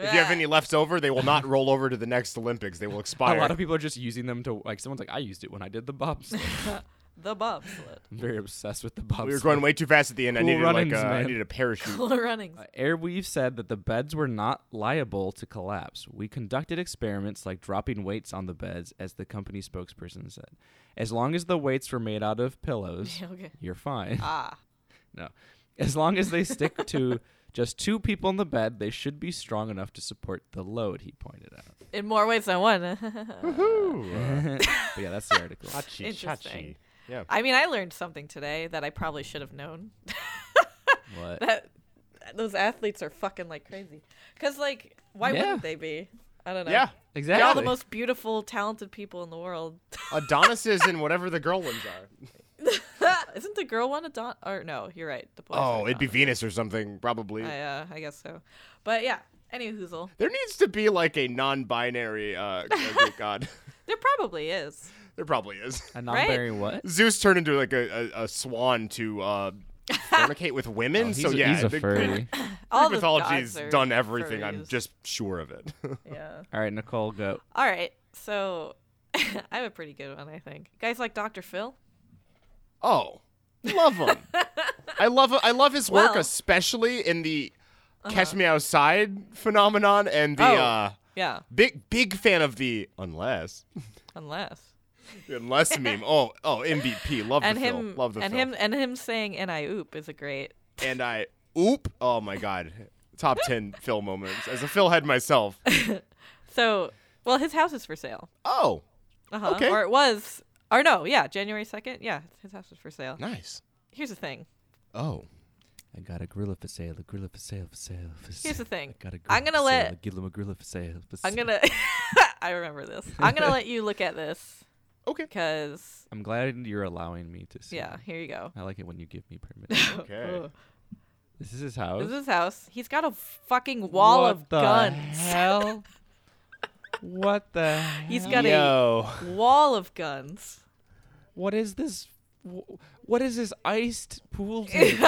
[SPEAKER 3] If you have any left over, they will not roll over to the next Olympics. They will
[SPEAKER 1] A
[SPEAKER 3] expire.
[SPEAKER 1] lot of people are just using them to, like, someone's like, I used it when I did the bobsled.
[SPEAKER 2] the bobsled.
[SPEAKER 1] I'm very obsessed with the bobsled.
[SPEAKER 3] we were going way too fast at the end. I
[SPEAKER 1] Cool
[SPEAKER 3] needed
[SPEAKER 1] runnings,
[SPEAKER 3] like a, I
[SPEAKER 1] man.
[SPEAKER 3] needed a parachute.
[SPEAKER 2] Cool runnings.
[SPEAKER 1] Airweave said that the beds were not liable to collapse. We conducted experiments like dropping weights on the beds, as the company spokesperson said. As long as the weights were made out of pillows,
[SPEAKER 2] Okay.
[SPEAKER 1] you're fine.
[SPEAKER 2] Ah.
[SPEAKER 1] No. As long as they stick to just two people in the bed, they should be strong enough to support the load, he pointed out.
[SPEAKER 2] In more ways than one.
[SPEAKER 1] But yeah, that's the article.
[SPEAKER 2] Interesting.
[SPEAKER 3] Yeah.
[SPEAKER 2] I mean, I learned something today that I probably should have known.
[SPEAKER 1] What?
[SPEAKER 2] That those athletes are fucking like crazy. Cause like, why
[SPEAKER 1] Yeah.
[SPEAKER 2] wouldn't they be? I don't know.
[SPEAKER 3] Yeah.
[SPEAKER 2] They're all the
[SPEAKER 1] Exactly.
[SPEAKER 2] most beautiful, talented people in the world.
[SPEAKER 3] Adonises and whatever the girl ones are.
[SPEAKER 2] Isn't the girl one a don? Or no, you're right. The boys.
[SPEAKER 3] Oh,
[SPEAKER 2] are
[SPEAKER 3] it'd be
[SPEAKER 2] Don.
[SPEAKER 3] Venus or something, probably.
[SPEAKER 2] I, uh, I guess so. But yeah. Any hoozle.
[SPEAKER 3] There needs to be like a non-binary. Uh, oh, good God,
[SPEAKER 2] There probably is.
[SPEAKER 3] there probably is.
[SPEAKER 1] A non-binary what?
[SPEAKER 3] Zeus turned into like a, a, a swan to uh, fornicate with women.
[SPEAKER 1] he's,
[SPEAKER 3] so
[SPEAKER 1] a,
[SPEAKER 3] Oh, yeah,
[SPEAKER 1] he's a
[SPEAKER 3] the Greek-
[SPEAKER 1] furry.
[SPEAKER 2] All
[SPEAKER 3] Greek
[SPEAKER 2] the
[SPEAKER 3] mythology's
[SPEAKER 2] gods are
[SPEAKER 3] done everything. I'm
[SPEAKER 2] furries.
[SPEAKER 3] just sure of it.
[SPEAKER 2] Yeah.
[SPEAKER 1] All right, Nicole, go.
[SPEAKER 2] All right. So I have a pretty good one, I think. Guys like Dr. Phil?
[SPEAKER 3] oh, love him. I love I love his work,
[SPEAKER 2] Well- Uh-huh.
[SPEAKER 3] especially in the "Catch Me Outside" phenomenon and the
[SPEAKER 2] Oh.
[SPEAKER 3] uh,
[SPEAKER 2] Yeah.
[SPEAKER 3] big big fan of the unless
[SPEAKER 2] Unless.
[SPEAKER 3] unless meme. Oh oh MVP. Love
[SPEAKER 2] and
[SPEAKER 3] the
[SPEAKER 2] him
[SPEAKER 3] film. Love the
[SPEAKER 2] and
[SPEAKER 3] film.
[SPEAKER 2] him and him saying and I oop is a great
[SPEAKER 3] and I oop. Oh my god. Top ten Phil moments as a Phil head myself.
[SPEAKER 2] so well his house is for sale.
[SPEAKER 3] Oh,
[SPEAKER 2] Uh-huh.
[SPEAKER 3] Okay.
[SPEAKER 2] Or it was or no, yeah, January second. Yeah, his house was for sale.
[SPEAKER 3] nice.
[SPEAKER 2] Here's the thing.
[SPEAKER 3] Oh,
[SPEAKER 1] I got a gorilla for sale, a gorilla for sale, for sale, for sale.
[SPEAKER 2] Here's the thing.
[SPEAKER 1] I got a gorilla
[SPEAKER 2] I'm gonna
[SPEAKER 1] for
[SPEAKER 2] let-
[SPEAKER 1] sale, give them a gorilla for sale, for
[SPEAKER 2] I'm
[SPEAKER 1] sale.
[SPEAKER 2] gonna I remember this. I'm gonna let you look at this
[SPEAKER 3] okay.
[SPEAKER 2] because
[SPEAKER 1] I'm glad you're allowing me to see.
[SPEAKER 2] yeah,
[SPEAKER 1] it.
[SPEAKER 2] here you go.
[SPEAKER 1] I like it when you give me permission.
[SPEAKER 3] Okay.
[SPEAKER 1] this is his house.
[SPEAKER 2] This is his house. He's got a fucking wall
[SPEAKER 1] what
[SPEAKER 2] of
[SPEAKER 1] the
[SPEAKER 2] guns.
[SPEAKER 1] Hell? what the hell?
[SPEAKER 2] He's got
[SPEAKER 3] Yo.
[SPEAKER 2] a wall of guns.
[SPEAKER 1] What is this? wh- What is this iced pool? table?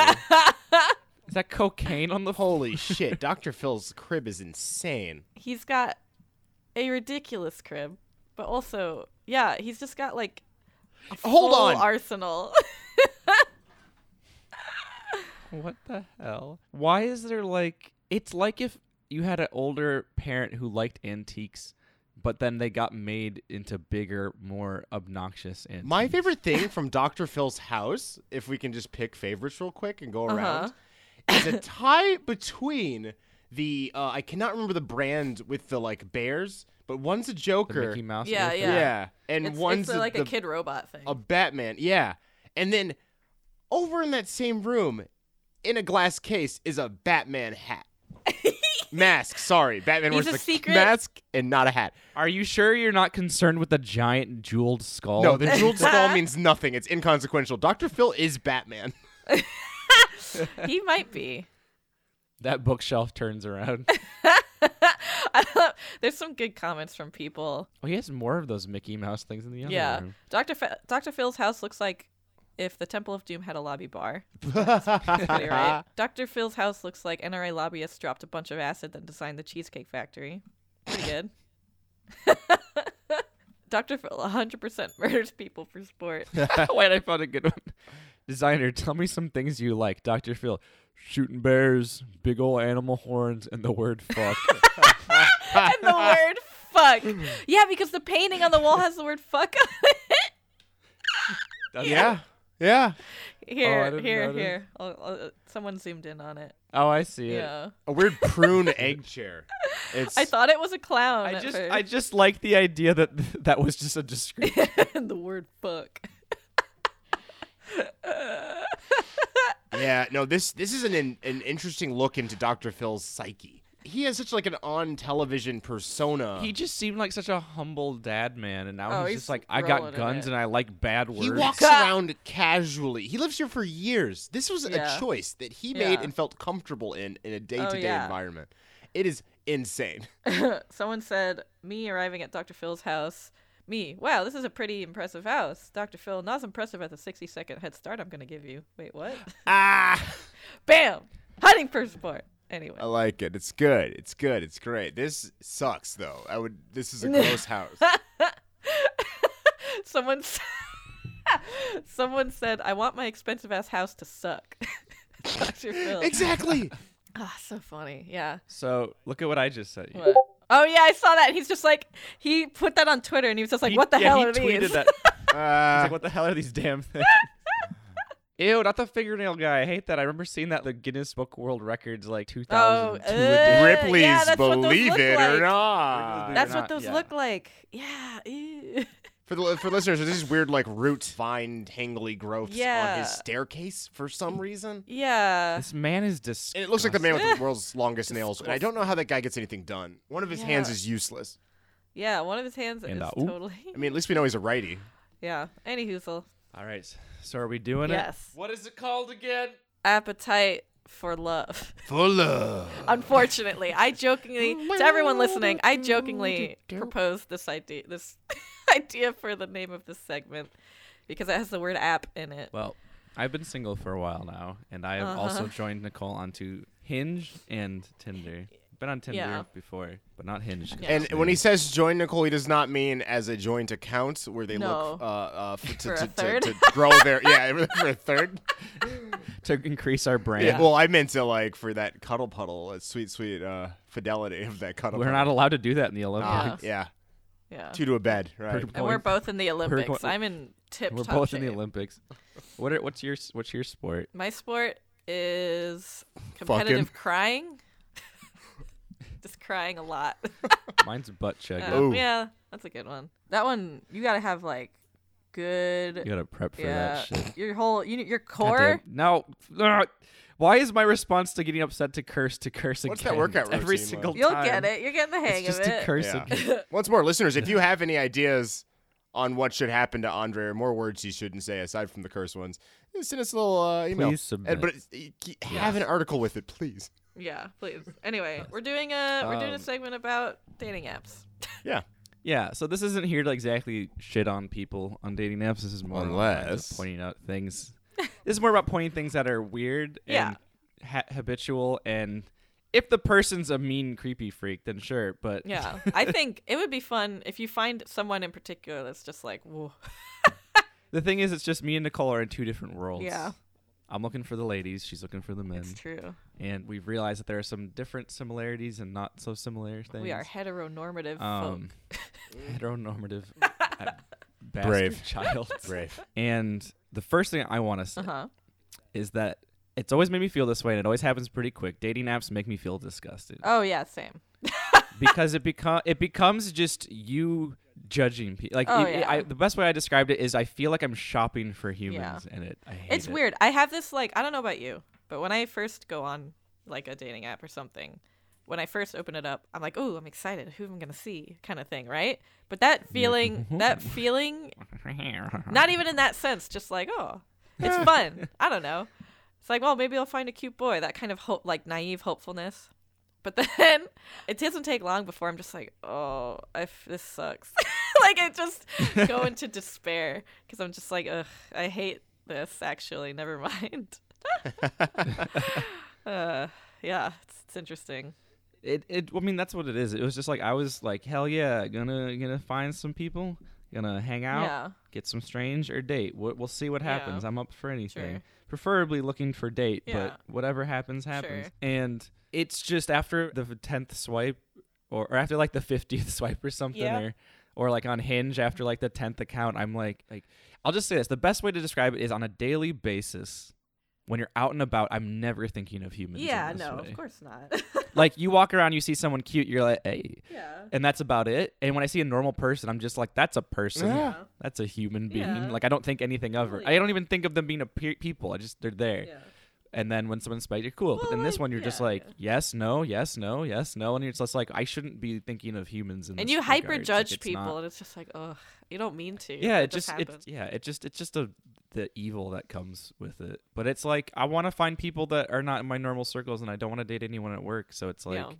[SPEAKER 1] is that cocaine on the
[SPEAKER 3] Holy shit, Dr. Phil's crib is insane.
[SPEAKER 2] He's got a ridiculous crib, but also, yeah, he's just got like a
[SPEAKER 3] Hold
[SPEAKER 2] full
[SPEAKER 3] on.
[SPEAKER 2] arsenal.
[SPEAKER 1] What the hell? Why is there like? It's like if you had an older parent who liked antiques, but then they got made into bigger, more obnoxious and
[SPEAKER 3] My favorite thing from Dr. Phil's house, if we can just pick favorites real quick and go
[SPEAKER 2] Uh-huh.
[SPEAKER 3] around, is a tie between the uh, I cannot remember the brand with the like bears, but one's a
[SPEAKER 1] the
[SPEAKER 3] Joker.
[SPEAKER 1] Mickey Mouse.
[SPEAKER 2] Yeah,
[SPEAKER 1] Earth.
[SPEAKER 3] yeah.
[SPEAKER 2] Yeah.
[SPEAKER 3] and
[SPEAKER 2] It's,
[SPEAKER 3] one's
[SPEAKER 2] it's uh, like
[SPEAKER 3] the,
[SPEAKER 2] a kid robot thing.
[SPEAKER 3] a Batman. Yeah, and then over in that same room, in a glass case, is a Batman hat. mask. Sorry, Batman
[SPEAKER 2] He's
[SPEAKER 3] wears
[SPEAKER 2] a
[SPEAKER 3] the
[SPEAKER 2] secret-
[SPEAKER 3] mask and not a hat.
[SPEAKER 1] Are you sure you're not concerned with the giant jeweled skull?
[SPEAKER 3] No, the jeweled skull means nothing. It's inconsequential. Dr. Phil is Batman.
[SPEAKER 2] he might be.
[SPEAKER 1] that bookshelf turns around.
[SPEAKER 2] I love- There's some good comments from people.
[SPEAKER 1] oh, he has more of those Mickey Mouse things in the other
[SPEAKER 2] yeah,
[SPEAKER 1] room.
[SPEAKER 2] Doctor Fe- Doctor Phil's house looks like if the Temple of Doom had a lobby bar. Pretty right. Doctor Phil's house looks like NRA lobbyists dropped a bunch of acid then designed the Cheesecake Factory. Pretty good. Doctor Phil 100% murders people for sport.
[SPEAKER 1] Wait, I found a good one. Designer, tell me some things you like. Dr. Phil, shooting bears, big old animal horns, and the word fuck.
[SPEAKER 2] and the word fuck. Yeah, because the painting on the wall has the word fuck on
[SPEAKER 1] That's-
[SPEAKER 3] Yeah. Yeah.
[SPEAKER 2] it. Here,
[SPEAKER 1] Oh, didn't
[SPEAKER 2] here,
[SPEAKER 1] notice.
[SPEAKER 2] here. I'll, I'll, someone zoomed in on it.
[SPEAKER 1] Oh, I see
[SPEAKER 2] Yeah.
[SPEAKER 1] it.
[SPEAKER 3] A weird prune egg chair. It's
[SPEAKER 2] I thought it was a clown.
[SPEAKER 1] I
[SPEAKER 2] at
[SPEAKER 1] just,
[SPEAKER 2] first.
[SPEAKER 1] I just like the idea that that was just a description.
[SPEAKER 2] and the word fuck.
[SPEAKER 3] Yeah, no, this this is an in, an interesting look into Dr. Phil's psyche. He has such like an on television persona.
[SPEAKER 1] He just seemed like such a humble dad man, and now
[SPEAKER 2] Oh,
[SPEAKER 1] he's,
[SPEAKER 2] he's
[SPEAKER 1] just like, I
[SPEAKER 2] rolling
[SPEAKER 1] got
[SPEAKER 2] in
[SPEAKER 1] guns
[SPEAKER 2] it.
[SPEAKER 1] and I like bad words.
[SPEAKER 3] He walks around casually. He lives here for years. This was
[SPEAKER 2] Yeah.
[SPEAKER 3] a choice that he
[SPEAKER 2] Yeah. Oh,
[SPEAKER 3] made and felt comfortable in in a day-to-day
[SPEAKER 2] yeah.
[SPEAKER 3] environment. It is insane.
[SPEAKER 2] Someone said, Me arriving at Dr. Phil's house. Me, wow, this is a pretty impressive house. Dr. Phil, not as impressive as the 60 second head start I'm going to give you. Wait, what?
[SPEAKER 3] ah,
[SPEAKER 2] Bam! Hunting for sport. Anyway.
[SPEAKER 3] I like it. It's good. It's good. It's great. This sucks though. I would this is a gross house.
[SPEAKER 2] Someone s- Someone said, I want my expensive ass house to suck. Dr. Phil.
[SPEAKER 3] exactly.
[SPEAKER 2] Ah, so funny. Yeah.
[SPEAKER 1] So look at what I just said.
[SPEAKER 2] What? Oh, yeah, I saw that. He's just like, he put that on Twitter and he was just like,
[SPEAKER 1] He-
[SPEAKER 2] what the
[SPEAKER 1] yeah,
[SPEAKER 2] hell
[SPEAKER 1] he
[SPEAKER 2] are
[SPEAKER 1] tweeted
[SPEAKER 2] these?
[SPEAKER 1] That. He's
[SPEAKER 3] Uh,
[SPEAKER 1] like, what the hell are these damn things? Ew, not the fingernail guy. I hate that. I remember seeing that the Guinness Book World Records like 2002
[SPEAKER 2] Oh,
[SPEAKER 1] edition.
[SPEAKER 2] uh,
[SPEAKER 3] Ripley's
[SPEAKER 2] yeah, that's what those
[SPEAKER 3] believe
[SPEAKER 2] look
[SPEAKER 3] it or
[SPEAKER 2] like.
[SPEAKER 3] not.
[SPEAKER 2] That's
[SPEAKER 1] They're not-
[SPEAKER 2] what those
[SPEAKER 1] yeah.
[SPEAKER 2] look like. Yeah. ew.
[SPEAKER 3] For the for listeners, this is weird like root vine tangly growths on
[SPEAKER 2] Yeah.
[SPEAKER 3] his staircase for some reason.
[SPEAKER 2] Yeah.
[SPEAKER 1] This man is disgusting.
[SPEAKER 3] And it looks like the man with the world's longest nails. And I don't know how that guy gets anything done. One of his hands
[SPEAKER 2] Yeah.
[SPEAKER 3] is useless.
[SPEAKER 2] Yeah. One of his hands
[SPEAKER 1] And uh,
[SPEAKER 2] is
[SPEAKER 1] a oop.
[SPEAKER 2] totally.
[SPEAKER 3] I mean, at least we know he's a righty.
[SPEAKER 2] Yeah. Any hoozle.
[SPEAKER 1] All right. s- So are we doing it?
[SPEAKER 2] Yes.
[SPEAKER 1] What is it called again?
[SPEAKER 2] Appetite for love.
[SPEAKER 3] For love.
[SPEAKER 2] Unfortunately, I jokingly to everyone listening, I jokingly proposed this idea this idea for the name of this segment because it has the word app in it.
[SPEAKER 1] Well, I've been single for a while now, and I have
[SPEAKER 2] Uh-huh.
[SPEAKER 1] also joined Nicole onto Hinge and Tinder. Been on Tinder
[SPEAKER 2] Yeah.
[SPEAKER 1] before, but not Hinge. 'cause
[SPEAKER 3] And
[SPEAKER 1] it's
[SPEAKER 3] when
[SPEAKER 1] new.
[SPEAKER 3] he says join Nicole, he does not mean as a joint account where they look
[SPEAKER 2] No.
[SPEAKER 3] uh, uh, f- to,
[SPEAKER 2] For a
[SPEAKER 3] to, to,
[SPEAKER 2] third.
[SPEAKER 3] to grow their yeah for a third.
[SPEAKER 1] to increase our brand,
[SPEAKER 3] Yeah, Well, I meant to like for that cuddle puddle, uh, sweet sweet uh, fidelity of that cuddle.
[SPEAKER 1] we're not
[SPEAKER 3] puddle.
[SPEAKER 1] allowed to do that in the
[SPEAKER 3] Ah,
[SPEAKER 1] Olympics.
[SPEAKER 3] yeah.
[SPEAKER 2] Yeah.
[SPEAKER 3] two to a bed, right?
[SPEAKER 2] And we're
[SPEAKER 1] Going-
[SPEAKER 2] both in the Olympics.
[SPEAKER 1] going-
[SPEAKER 2] I'm in tip
[SPEAKER 1] We're
[SPEAKER 2] top
[SPEAKER 1] both in the
[SPEAKER 2] shape.
[SPEAKER 1] Olympics. What are, what's your s- what's your sport?
[SPEAKER 2] My sport is competitive crying. Just crying a lot.
[SPEAKER 1] Mine's butt chugging.
[SPEAKER 3] Ooh.
[SPEAKER 2] Um, yeah, that's a good one. That one you gotta have like
[SPEAKER 1] You
[SPEAKER 2] good.
[SPEAKER 1] gotta prep for
[SPEAKER 2] Yeah,
[SPEAKER 1] that shit.
[SPEAKER 2] your whole you, your
[SPEAKER 1] Goddamn.
[SPEAKER 2] core.
[SPEAKER 1] No. Ugh. Why is my response to getting upset to curse to curse
[SPEAKER 3] What's that
[SPEAKER 1] again?
[SPEAKER 3] workout
[SPEAKER 1] every
[SPEAKER 3] routine
[SPEAKER 1] single
[SPEAKER 3] like?
[SPEAKER 2] You'll
[SPEAKER 1] time?
[SPEAKER 2] get it. You're getting the hang
[SPEAKER 1] It's just
[SPEAKER 2] of
[SPEAKER 1] to
[SPEAKER 2] it.
[SPEAKER 1] curse
[SPEAKER 3] Yeah.
[SPEAKER 1] again.
[SPEAKER 3] Once more, listeners, if you have any ideas on what should happen to Andre or more words he shouldn't say aside from the curse ones, just send us a little uh, email.
[SPEAKER 1] Please submit.
[SPEAKER 3] And- But it's- y- y- have an article with it, please.
[SPEAKER 2] Yeah, please. Anyway, we're doing a we're doing a
[SPEAKER 1] Um,
[SPEAKER 2] segment about dating apps.
[SPEAKER 3] Yeah.
[SPEAKER 1] Yeah, so this isn't here to exactly shit on people on dating apps. This is more about
[SPEAKER 3] Unless-
[SPEAKER 1] pointing out things. this is more about pointing things that are weird
[SPEAKER 2] Yeah.
[SPEAKER 1] and ha- habitual. And if the person's a mean, creepy freak, then sure. But
[SPEAKER 2] Yeah, I think it would be fun if you find someone in particular that's just like, whoa.
[SPEAKER 1] the thing is, it's just me and Nicole are in two different worlds.
[SPEAKER 2] Yeah.
[SPEAKER 1] I'm looking for the ladies, she's looking for the men.
[SPEAKER 2] It's true.
[SPEAKER 1] And we've realized that there are some different similarities and not so similar things.
[SPEAKER 2] We are heteronormative
[SPEAKER 1] um,
[SPEAKER 2] folk.
[SPEAKER 1] heteronormative uh, bastard
[SPEAKER 5] Brave.
[SPEAKER 1] child.
[SPEAKER 5] Brave.
[SPEAKER 1] And the first thing I want to say
[SPEAKER 2] Uh huh.
[SPEAKER 1] is that it's always made me feel this way, and it always happens pretty quick. Dating apps make me feel disgusted
[SPEAKER 2] Oh yeah, same.
[SPEAKER 1] because it become it becomes just you judging people. Like
[SPEAKER 2] Oh,
[SPEAKER 1] it- it-
[SPEAKER 2] yeah.
[SPEAKER 1] I, the best way I described it is I feel like I'm shopping for humans, and it I hate
[SPEAKER 2] It's
[SPEAKER 1] it.
[SPEAKER 2] weird. I have this like I don't know about you, but when I first go on like a dating app or something, when I first open it up, I'm like, oh, I'm excited. Who am I gonna see? Kind of thing, right? But that
[SPEAKER 1] Mm-hmm.
[SPEAKER 2] feeling, that feeling, not even in that sense, just like oh, it's fun. I don't know. It's like well, maybe I'll find a cute boy. That kind of hope, like naive hopefulness. But then it doesn't take long before I'm just like, oh, if this sucks. like I just go into despair because I'm just like, ugh, I hate this. Actually, never mind. uh, yeah, it's, it's interesting.
[SPEAKER 1] it, it I mean that's what it is. It was just like I was like, hell yeah, gonna gonna find some people, gonna hang out,
[SPEAKER 2] Yeah.
[SPEAKER 1] get some strange or date. We'll, we'll see what
[SPEAKER 2] Yeah.
[SPEAKER 1] happens. I'm up for anything.
[SPEAKER 2] Sure.
[SPEAKER 1] Preferably looking for date,
[SPEAKER 2] Yeah.
[SPEAKER 1] but whatever happens happens.
[SPEAKER 2] Sure.
[SPEAKER 1] And it's just after the tenth swipe, or, or after like the fiftieth swipe or something,
[SPEAKER 2] Yeah.
[SPEAKER 1] or or like on Hinge after like the tenth account. I'm like like I'll just say this. The best way to describe it is on a daily basis. When you're out and about, I'm never thinking of humans. in
[SPEAKER 2] Yeah,
[SPEAKER 1] this
[SPEAKER 2] no,
[SPEAKER 1] way
[SPEAKER 2] of course not.
[SPEAKER 1] like you walk around, you see someone cute, you're like, hey,
[SPEAKER 2] yeah.
[SPEAKER 1] and that's about it. And when I see a normal person, I'm just like, that's a person.
[SPEAKER 3] Yeah.
[SPEAKER 1] That's a human being.
[SPEAKER 2] Yeah.
[SPEAKER 1] Like I don't think anything of her.
[SPEAKER 2] Totally.
[SPEAKER 1] I don't even think of them being a pe- people. I just they're there.
[SPEAKER 2] Yeah.
[SPEAKER 1] And then when someone spikes, you're cool. but
[SPEAKER 2] Well,
[SPEAKER 1] then this
[SPEAKER 2] like,
[SPEAKER 1] one, you're just
[SPEAKER 2] yeah,
[SPEAKER 1] like,
[SPEAKER 2] yeah.
[SPEAKER 1] yes, no, yes, no, yes, no, and you're just like, I shouldn't be thinking of humans. In
[SPEAKER 2] And
[SPEAKER 1] this
[SPEAKER 2] you
[SPEAKER 1] regard.
[SPEAKER 2] hyper
[SPEAKER 1] It's like,
[SPEAKER 2] judge
[SPEAKER 1] it's
[SPEAKER 2] people,
[SPEAKER 1] not-
[SPEAKER 2] and it's just like, ugh, you don't mean to.
[SPEAKER 1] yeah,
[SPEAKER 2] but
[SPEAKER 1] it just it,
[SPEAKER 2] happens.
[SPEAKER 1] yeah, it just it's just a the evil that comes with it. But it's like I want to find people that are not in my normal circles, and I don't want to date anyone at work. So it's like
[SPEAKER 2] Yeah.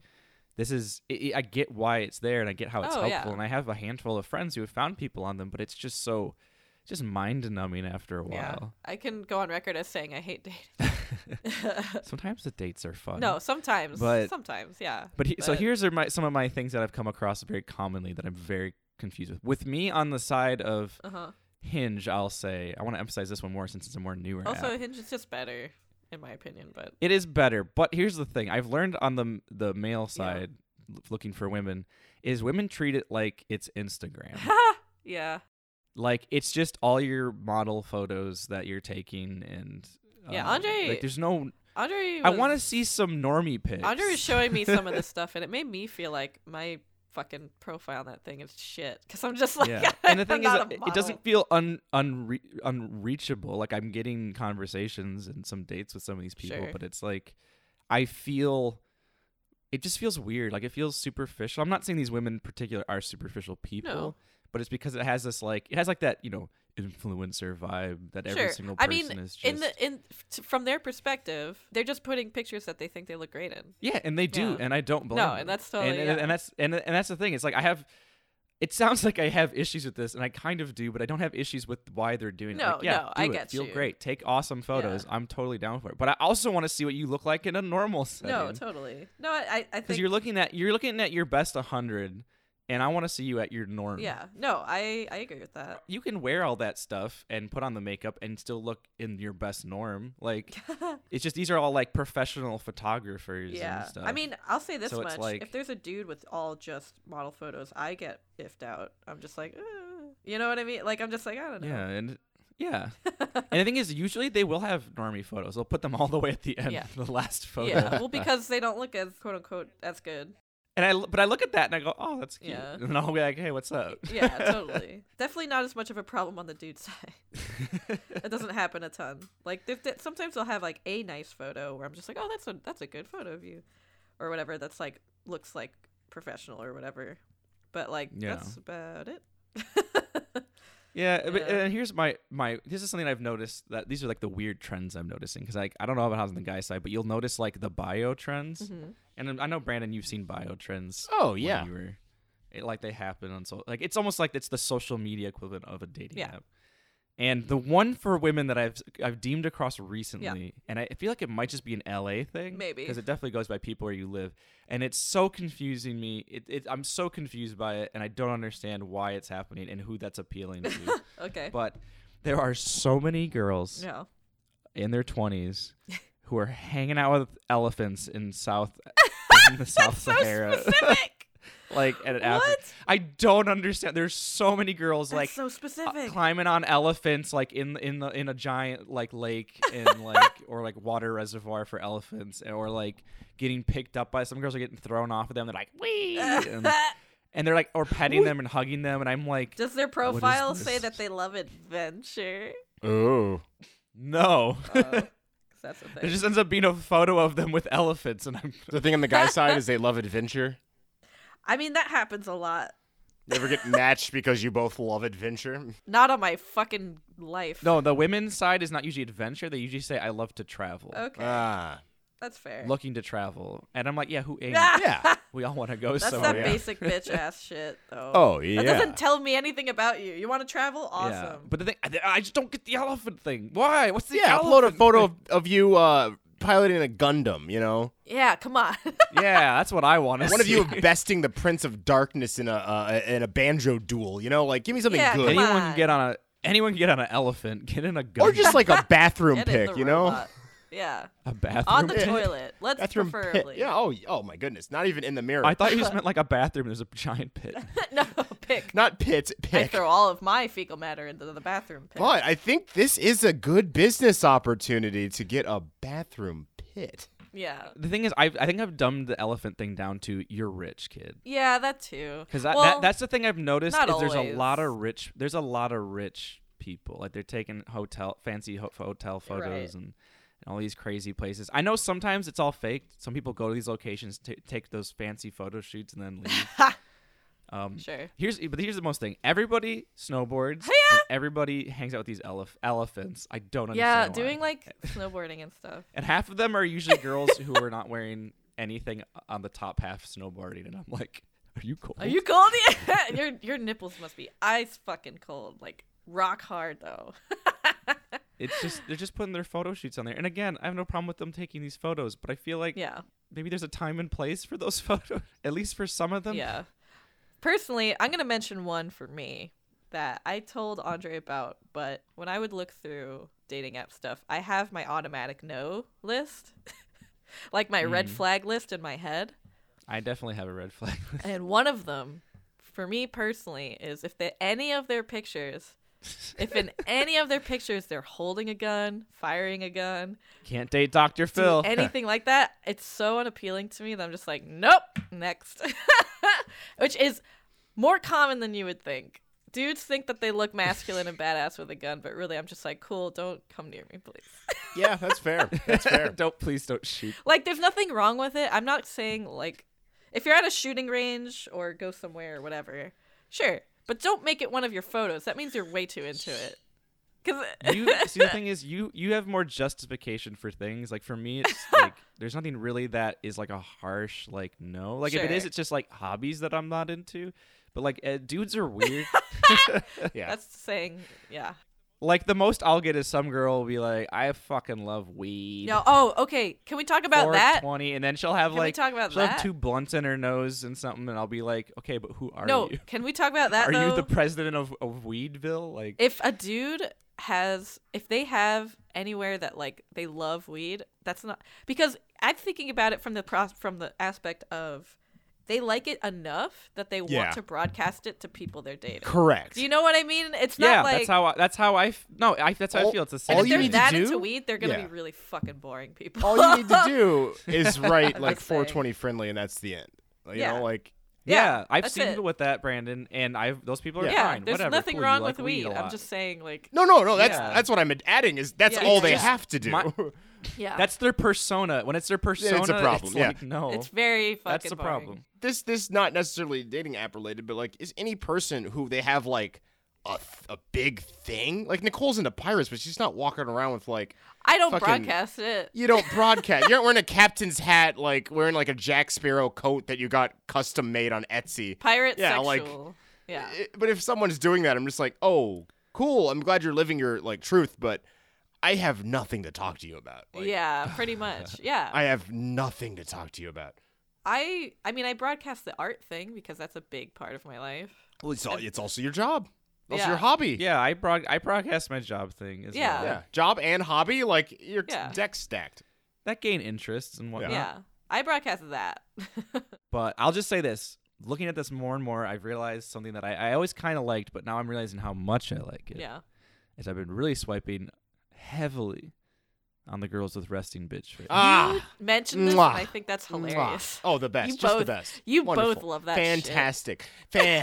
[SPEAKER 1] this is i i I get why it's there, and I get how it's
[SPEAKER 2] Oh,
[SPEAKER 1] helpful,
[SPEAKER 2] yeah.
[SPEAKER 1] and I have a handful of friends who have found people on them. But it's just so just mind numbing after a
[SPEAKER 2] Yeah.
[SPEAKER 1] while.
[SPEAKER 2] I can go on record as saying I hate dating.
[SPEAKER 1] Sometimes the dates are fun.
[SPEAKER 2] no, sometimes.
[SPEAKER 1] But-
[SPEAKER 2] sometimes, yeah.
[SPEAKER 1] But, he, so
[SPEAKER 2] But-
[SPEAKER 1] here's are my some of my things that I've come across very commonly that I'm very confused with. With me on the side of
[SPEAKER 2] Uh huh.
[SPEAKER 1] Hinge, I'll say I want to emphasize this one more since it's a more newer. app.
[SPEAKER 2] Also, Hinge is just better, in my opinion. But
[SPEAKER 1] It is better, but here's the thing: I've learned on the the male side, l- looking for women, is women treat it like it's Instagram,
[SPEAKER 2] yeah,
[SPEAKER 1] like it's just all your model photos that you're taking, and
[SPEAKER 2] Yeah,
[SPEAKER 1] um,
[SPEAKER 2] Andre
[SPEAKER 1] Like, there's no.
[SPEAKER 2] Andre.
[SPEAKER 1] I want to
[SPEAKER 2] was-
[SPEAKER 1] see some normie pics.
[SPEAKER 2] Andre was showing me some of this stuff, and it made me feel like my fucking profile on that thing is shit. Because I'm just like,
[SPEAKER 1] yeah, and the
[SPEAKER 2] I'm
[SPEAKER 1] thing is,
[SPEAKER 2] not
[SPEAKER 1] that
[SPEAKER 2] a
[SPEAKER 1] it it doesn't
[SPEAKER 2] model.
[SPEAKER 1] feel un, unre- unreachable. Like I'm getting conversations and some dates with some of these people,
[SPEAKER 2] Sure.
[SPEAKER 1] but it's like I feel it just feels weird. Like it feels superficial. I'm not saying these women in particular are superficial people,
[SPEAKER 2] No.
[SPEAKER 1] but it's because it has this like it has like that you know influencer vibe that every
[SPEAKER 2] Sure.
[SPEAKER 1] single
[SPEAKER 2] I
[SPEAKER 1] person
[SPEAKER 2] mean,
[SPEAKER 1] is just
[SPEAKER 2] in the in t- from their perspective, they're just putting pictures that they think they look great in.
[SPEAKER 1] Yeah, and they do,
[SPEAKER 2] Yeah.
[SPEAKER 1] and I don't blame.
[SPEAKER 2] No,
[SPEAKER 1] them.
[SPEAKER 2] and that's totally-
[SPEAKER 1] and, and,
[SPEAKER 2] yeah.
[SPEAKER 1] and that's and and that's the thing. It's like I have. It sounds like I have issues with this, and I kind of do, but I don't have issues with why they're doing it.
[SPEAKER 2] No,
[SPEAKER 1] Like, yeah,
[SPEAKER 2] no, I
[SPEAKER 1] do it.
[SPEAKER 2] get
[SPEAKER 1] Feel
[SPEAKER 2] you.
[SPEAKER 1] great. Take awesome photos. I'm totally down for it. But I also want to see what you look like in a normal setting.
[SPEAKER 2] No, totally. No, I I
[SPEAKER 1] because
[SPEAKER 2] think
[SPEAKER 1] you're looking at you're looking at your best 100, and I want to see you at your norm.
[SPEAKER 2] yeah. No, I I agree with that.
[SPEAKER 1] You can wear all that stuff and put on the makeup and still look in your best norm. Like it's just these are all like professional photographers
[SPEAKER 2] Yeah.
[SPEAKER 1] and stuff.
[SPEAKER 2] I mean, I'll say this
[SPEAKER 1] So it's
[SPEAKER 2] much:
[SPEAKER 1] like-
[SPEAKER 2] if there's a dude with all just model photos, I get iffed out. I'm just like, "Uh," you know what I mean? Like I'm just like, I don't know.
[SPEAKER 1] Yeah, and yeah. and the thing is, usually they will have normie photos. They'll put them all the way at the end,
[SPEAKER 2] Yeah.
[SPEAKER 1] the last photo.
[SPEAKER 2] Yeah, well, because they don't look as quote unquote as good.
[SPEAKER 1] And I, l- but I look at that and I go, oh, that's cute.
[SPEAKER 2] Yeah.
[SPEAKER 1] And I'll be like, hey, what's up?
[SPEAKER 2] Yeah, totally. Definitely not as much of a problem on the dude side. it doesn't happen a ton. Like if th- sometimes they'll have like a nice photo where I'm just like, oh, that's a that's a good photo of you, or whatever. That's like looks like professional or whatever. But like
[SPEAKER 1] Yeah.
[SPEAKER 2] that's about it.
[SPEAKER 1] Yeah, uh, But,
[SPEAKER 2] Yeah.
[SPEAKER 1] and here's my my this is something I've noticed that these are like the weird trends I'm noticing because like I don't know about how on the guy side, but you'll notice like the bio trends.
[SPEAKER 2] Mm-hmm.
[SPEAKER 1] And I know Brandon, you've seen bio trends.
[SPEAKER 3] Oh,
[SPEAKER 1] when
[SPEAKER 3] yeah.
[SPEAKER 1] you were- it, like they happen on so like it's almost like it's the social media equivalent of a dating
[SPEAKER 2] Yeah.
[SPEAKER 1] app. And the one for women that I've I've deemed across recently, and I feel like it might just be an LA thing,
[SPEAKER 2] Maybe.
[SPEAKER 1] because it definitely goes by people where you live, and it's so confusing me. It, it I'm so confused by it, and I don't understand why it's happening and who that's appealing to.
[SPEAKER 2] okay.
[SPEAKER 1] but there are so many girls
[SPEAKER 2] no.
[SPEAKER 1] in their 20s who are hanging out with elephants in South in the South Sahara.
[SPEAKER 2] Specific.
[SPEAKER 1] like at an Afri-
[SPEAKER 2] What?
[SPEAKER 1] I don't understand. There's so many girls
[SPEAKER 2] That's
[SPEAKER 1] like
[SPEAKER 2] so specific.
[SPEAKER 1] Uh, climbing on elephants like in in the in a giant like lake and like or like water reservoir for elephants eh, or like getting picked up by some girls are getting thrown off of them they're like wee and, and they're like or petting them and hugging them and I'm like
[SPEAKER 2] Does their profile
[SPEAKER 1] this?
[SPEAKER 2] say that they love adventure?
[SPEAKER 3] Oh.
[SPEAKER 1] no
[SPEAKER 2] Oh, 'Cause that's the
[SPEAKER 1] there
[SPEAKER 2] thing.
[SPEAKER 1] just ends up being a photo of them with elephants and I'm
[SPEAKER 3] The thing on the guy's side is they love adventure.
[SPEAKER 2] I mean, that happens a lot.
[SPEAKER 3] They ever get matched because you both love adventure?
[SPEAKER 2] Not on my fucking life.
[SPEAKER 1] no the women's side is not usually adventure they usually say I love to travel
[SPEAKER 2] Okay,
[SPEAKER 3] Ah.
[SPEAKER 2] that's fair.
[SPEAKER 1] looking to travel and I'm like yeah who ain't
[SPEAKER 2] Ah!
[SPEAKER 3] Yeah.
[SPEAKER 1] we all want to go
[SPEAKER 2] That's
[SPEAKER 1] somewhere
[SPEAKER 2] that basic bitch ass shit, though.
[SPEAKER 3] Oh,
[SPEAKER 2] That
[SPEAKER 3] yeah.
[SPEAKER 2] doesn't tell me anything about you. You want to travel? Awesome.
[SPEAKER 1] Yeah, but the thing I, I just don't get the elephant thing. Why? What's the
[SPEAKER 3] Yeah, upload
[SPEAKER 1] elephant
[SPEAKER 3] a photo of, of you uh, piloting a Gundam, you know?
[SPEAKER 2] Yeah, come on.
[SPEAKER 1] yeah, that's what I want to see.
[SPEAKER 3] One of you besting the Prince of Darkness in a uh, in a banjo duel, you know? Like, give me something
[SPEAKER 2] Yeah,
[SPEAKER 3] good.
[SPEAKER 2] come
[SPEAKER 1] anyone
[SPEAKER 2] on.
[SPEAKER 1] can get on a anyone can get on an elephant, get in a gun,
[SPEAKER 3] Or just like a bathroom
[SPEAKER 2] Get in
[SPEAKER 3] pick,
[SPEAKER 2] the
[SPEAKER 3] you know?
[SPEAKER 2] robot. Yeah.
[SPEAKER 1] a bathroom.
[SPEAKER 2] On the
[SPEAKER 1] pit.
[SPEAKER 2] toilet. Let's
[SPEAKER 3] Bathroom
[SPEAKER 2] preferably.
[SPEAKER 3] pit. Yeah, oh, oh my goodness. Not even in the mirror.
[SPEAKER 1] I thought you just meant like a bathroom. There's a giant pit.
[SPEAKER 2] no, pick.
[SPEAKER 3] Not pits,
[SPEAKER 2] I
[SPEAKER 3] pick.
[SPEAKER 2] throw all of my fecal matter into the bathroom pit.
[SPEAKER 3] But I think this is a good business opportunity to get a bathroom pit.
[SPEAKER 2] Yeah.
[SPEAKER 1] The thing is, I I think I've dumbed the elephant thing down to you're rich, kid.
[SPEAKER 2] Yeah, that too.
[SPEAKER 1] Because that,
[SPEAKER 2] Well,
[SPEAKER 1] that that's the thing I've noticed is
[SPEAKER 2] not
[SPEAKER 1] there's a lot
[SPEAKER 2] always.
[SPEAKER 1] of rich there's a lot of rich people like they're taking hotel fancy ho- hotel photos
[SPEAKER 2] Right.
[SPEAKER 1] and, and all these crazy places. I know sometimes it's all fake. Some people go to these locations to take those fancy photo shoots and then leave. um,
[SPEAKER 2] Sure.
[SPEAKER 1] Here's but here's the most thing. Everybody snowboards. and Everybody hangs out with these elef- elephants. I don't
[SPEAKER 2] Yeah,
[SPEAKER 1] understand. why.
[SPEAKER 2] doing like snowboarding and stuff.
[SPEAKER 1] and half of them are usually girls who are not wearing anything on the top half snowboarding, and I'm like, are you cool?
[SPEAKER 2] Are you cold? Yeah. your your nipples must be ice fucking cold. Like rock hard though.
[SPEAKER 1] It's just they're just putting their photo shoots on there. And again, I have no problem with them taking these photos, but I feel like
[SPEAKER 2] Yeah.
[SPEAKER 1] maybe there's a time and place for those photos. At least for some of them.
[SPEAKER 2] Yeah. Personally, I'm going to mention one for me that I told Andre about, but when I would look through dating app stuff, I have my automatic no list, like my red flag list in my head.
[SPEAKER 1] I definitely have a red flag. list.
[SPEAKER 2] And one of them, for me personally, is if they, any of their pictures, if in any of their pictures they're holding a gun, firing a gun,
[SPEAKER 1] Can't date Dr.
[SPEAKER 2] do
[SPEAKER 1] Phil.
[SPEAKER 2] anything like that, it's so unappealing to me that I'm just like, nope, next. Which is more common than you would think. Dudes think that they look masculine and badass with a gun, but really, I'm just like, cool, don't come near me, please.
[SPEAKER 3] Yeah, that's fair. That's fair.
[SPEAKER 1] don't please don't shoot.
[SPEAKER 2] Like, there's nothing wrong with it. I'm not saying, like, if you're at a shooting range or go somewhere or whatever, sure, but don't make it one of your photos. That means you're way too into it. Because
[SPEAKER 1] You see the thing is you you have more justification for things. Like for me it's like there's nothing really that is like a harsh like no. Like if it is
[SPEAKER 2] Sure.
[SPEAKER 1] it's just like hobbies that I'm not into. But like uh, dudes are weird.
[SPEAKER 3] Yeah.
[SPEAKER 2] that's saying, yeah.
[SPEAKER 1] like the most I'll get is some girl will be like, I fucking love weed.
[SPEAKER 2] No, oh, okay. Can we talk about
[SPEAKER 1] Or
[SPEAKER 2] that?
[SPEAKER 1] 20 and then she'll have
[SPEAKER 2] Can we
[SPEAKER 1] like
[SPEAKER 2] talk about
[SPEAKER 1] she'll
[SPEAKER 2] that?
[SPEAKER 1] have two blunts in her nose and something and i'll be like okay but who are
[SPEAKER 2] No,
[SPEAKER 1] you
[SPEAKER 2] can we talk about that?
[SPEAKER 1] are
[SPEAKER 2] though?
[SPEAKER 1] you the president of, of weedville like
[SPEAKER 2] if a dude has if they have anywhere that like they love weed that's not because i'm thinking about it from the pros- from the aspect of they like it enough that they
[SPEAKER 3] Yeah.
[SPEAKER 2] want to broadcast it to people they're dating
[SPEAKER 3] Correct.
[SPEAKER 2] do you know what i mean it's not
[SPEAKER 1] yeah
[SPEAKER 2] like
[SPEAKER 1] that's how I, that's how i f- no I, that's how i
[SPEAKER 3] All-
[SPEAKER 1] feel it's the
[SPEAKER 3] all
[SPEAKER 1] same
[SPEAKER 2] if
[SPEAKER 3] you
[SPEAKER 2] they're
[SPEAKER 3] need to
[SPEAKER 2] that
[SPEAKER 3] do-
[SPEAKER 2] into weed they're gonna
[SPEAKER 3] Yeah.
[SPEAKER 2] be really fucking boring people
[SPEAKER 3] All you need to do is write like
[SPEAKER 2] saying.
[SPEAKER 3] 420 friendly, and that's the end. Like, You
[SPEAKER 2] Yeah.
[SPEAKER 3] know, like
[SPEAKER 1] yeah,
[SPEAKER 2] Yeah,
[SPEAKER 1] i've
[SPEAKER 2] that's
[SPEAKER 1] seen
[SPEAKER 2] it.
[SPEAKER 1] people with that brandon and i've those people are
[SPEAKER 3] Yeah.
[SPEAKER 2] yeah
[SPEAKER 1] fine
[SPEAKER 2] there's
[SPEAKER 1] whatever
[SPEAKER 2] nothing
[SPEAKER 1] cool, you
[SPEAKER 2] wrong
[SPEAKER 1] like
[SPEAKER 2] with weed,
[SPEAKER 1] a
[SPEAKER 2] i'm
[SPEAKER 1] lot.
[SPEAKER 2] just saying like
[SPEAKER 3] no, no, no. That's
[SPEAKER 1] Yeah.
[SPEAKER 3] that's what I'm adding is that's
[SPEAKER 2] Yeah,
[SPEAKER 3] all
[SPEAKER 2] it's
[SPEAKER 3] they
[SPEAKER 2] just-
[SPEAKER 3] have to do.
[SPEAKER 1] my-
[SPEAKER 2] yeah
[SPEAKER 1] that's their persona when it's their persona
[SPEAKER 3] problem, yeah.
[SPEAKER 1] like, no
[SPEAKER 2] it's very fucking
[SPEAKER 1] that's the
[SPEAKER 2] boring.
[SPEAKER 1] problem
[SPEAKER 3] this this not necessarily dating app related, but like is any person who they have like a th- a big thing like Nicole's into pirates, but she's not walking around with like
[SPEAKER 2] i don't
[SPEAKER 3] Fucking-
[SPEAKER 2] broadcast it
[SPEAKER 3] you don't broadcast. you aren't wearing a captain's hat, like wearing like a Jack Sparrow coat that you got custom made on Etsy.
[SPEAKER 2] pirate
[SPEAKER 3] Yeah,
[SPEAKER 2] sexual
[SPEAKER 3] like-
[SPEAKER 2] yeah
[SPEAKER 3] It- but if someone's doing that, I'm just like, oh, cool. I'm glad you're living your like truth, but I have nothing to talk to you about. Like,
[SPEAKER 2] yeah pretty much yeah
[SPEAKER 3] I have nothing to talk to you about.
[SPEAKER 2] I I mean I broadcast the art thing because that's a big part of my life.
[SPEAKER 3] Well, it's, al- it's also your job. That's
[SPEAKER 2] Yeah.
[SPEAKER 3] your hobby.
[SPEAKER 1] Yeah, I broad- I broadcast my job thing. As
[SPEAKER 2] Yeah.
[SPEAKER 1] well.
[SPEAKER 3] Yeah. Job and hobby, like your
[SPEAKER 2] Uh, Yeah.
[SPEAKER 3] deck stacked.
[SPEAKER 1] that gain interests and whatnot.
[SPEAKER 2] yeah. I broadcasted that.
[SPEAKER 1] But I'll just say this: looking at this more and more, I've realized something that I, I always kind of liked, but now I'm realizing how much I like it.
[SPEAKER 2] yeah.
[SPEAKER 1] Is I've been really swiping heavily on the girls with resting bitch face.
[SPEAKER 3] Ah,
[SPEAKER 2] Mentioned this, and
[SPEAKER 3] Mwah.
[SPEAKER 2] I think that's
[SPEAKER 3] Mwah.
[SPEAKER 2] hilarious.
[SPEAKER 3] Oh, the best.
[SPEAKER 2] You
[SPEAKER 3] Just the
[SPEAKER 2] both-
[SPEAKER 3] best.
[SPEAKER 2] you
[SPEAKER 3] Wonderful.
[SPEAKER 2] both love that shit.
[SPEAKER 3] Fantastic.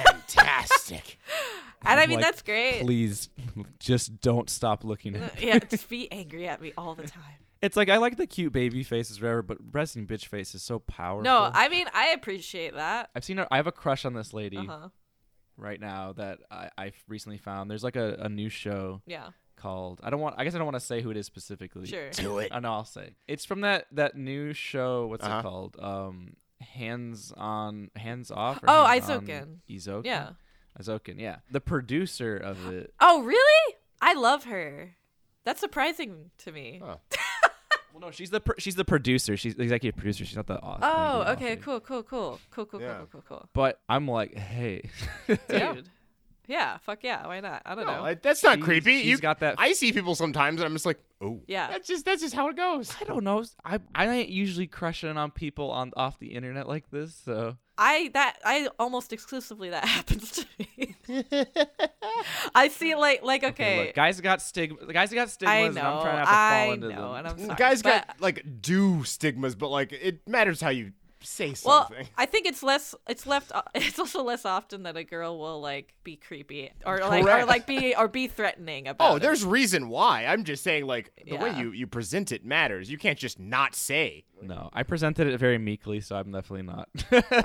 [SPEAKER 3] Fantastic.
[SPEAKER 2] And I
[SPEAKER 1] I'm
[SPEAKER 2] mean,
[SPEAKER 1] like,
[SPEAKER 2] that's great.
[SPEAKER 1] Please, just don't stop looking at. me."
[SPEAKER 2] yeah, just be angry at me all the time.
[SPEAKER 1] It's like I like the cute baby faces, whatever, but resting bitch face is so powerful.
[SPEAKER 2] No, I mean, I appreciate that.
[SPEAKER 1] I've seen. Her, I have a crush on this lady
[SPEAKER 2] Uh huh.
[SPEAKER 1] right now that I, I've recently found. There's like a, a new show
[SPEAKER 2] Yeah,
[SPEAKER 1] called. I don't want. I guess I don't want to say who it is specifically.
[SPEAKER 2] sure.
[SPEAKER 3] Do it.
[SPEAKER 1] Oh no, I'll say it's from that that new show. What's
[SPEAKER 3] Uh-huh.
[SPEAKER 1] it called? Um, hands on, hands off. or
[SPEAKER 2] Oh,
[SPEAKER 1] Hands on
[SPEAKER 2] Isoken.
[SPEAKER 1] Isoken.
[SPEAKER 2] Yeah.
[SPEAKER 1] Isoken. Yeah, the producer of it.
[SPEAKER 2] Oh, really? I love her. That's surprising to me.
[SPEAKER 3] Oh.
[SPEAKER 1] Well, no, she's the pro- she's the producer. She's the executive producer. She's not the author.
[SPEAKER 2] Oh, okay, cool, cool, cool, cool, cool,
[SPEAKER 3] Yeah.
[SPEAKER 2] cool, cool, cool,
[SPEAKER 1] But I'm like, hey,
[SPEAKER 2] cool. Dude. Yeah, fuck yeah. Why not? I don't
[SPEAKER 3] No,
[SPEAKER 2] know.
[SPEAKER 3] I- Oh, that's not
[SPEAKER 1] She's-
[SPEAKER 3] creepy.
[SPEAKER 1] she's
[SPEAKER 3] you
[SPEAKER 1] got that-
[SPEAKER 3] I see people sometimes, and I'm just like, oh,
[SPEAKER 2] Yeah.
[SPEAKER 3] That's just that's just how it goes.
[SPEAKER 1] I don't know. I I ain't usually crushing on people on off the internet like this. So
[SPEAKER 2] I that I almost exclusively that happens to me. I see like like okay.
[SPEAKER 1] look, guys got stigma. The guys got stigmas.
[SPEAKER 2] I
[SPEAKER 1] and
[SPEAKER 2] know.
[SPEAKER 1] I'm trying not to
[SPEAKER 2] I
[SPEAKER 1] fall into
[SPEAKER 2] know,
[SPEAKER 1] them.
[SPEAKER 2] and I'm sorry.
[SPEAKER 3] Guys
[SPEAKER 2] but-
[SPEAKER 3] got like do stigmas, but like it matters how you say
[SPEAKER 2] well, uh,
[SPEAKER 3] something.
[SPEAKER 2] I think it's less. It's left. uh, It's also less often that a girl will like be creepy or like or
[SPEAKER 3] Correct.
[SPEAKER 2] like be or be threatening about.
[SPEAKER 3] oh,
[SPEAKER 2] it.
[SPEAKER 3] there's reason why. I'm just saying like the way
[SPEAKER 2] Yeah.
[SPEAKER 3] you you present it matters. You can't just not say.
[SPEAKER 1] No, I presented it very meekly, so I'm definitely not.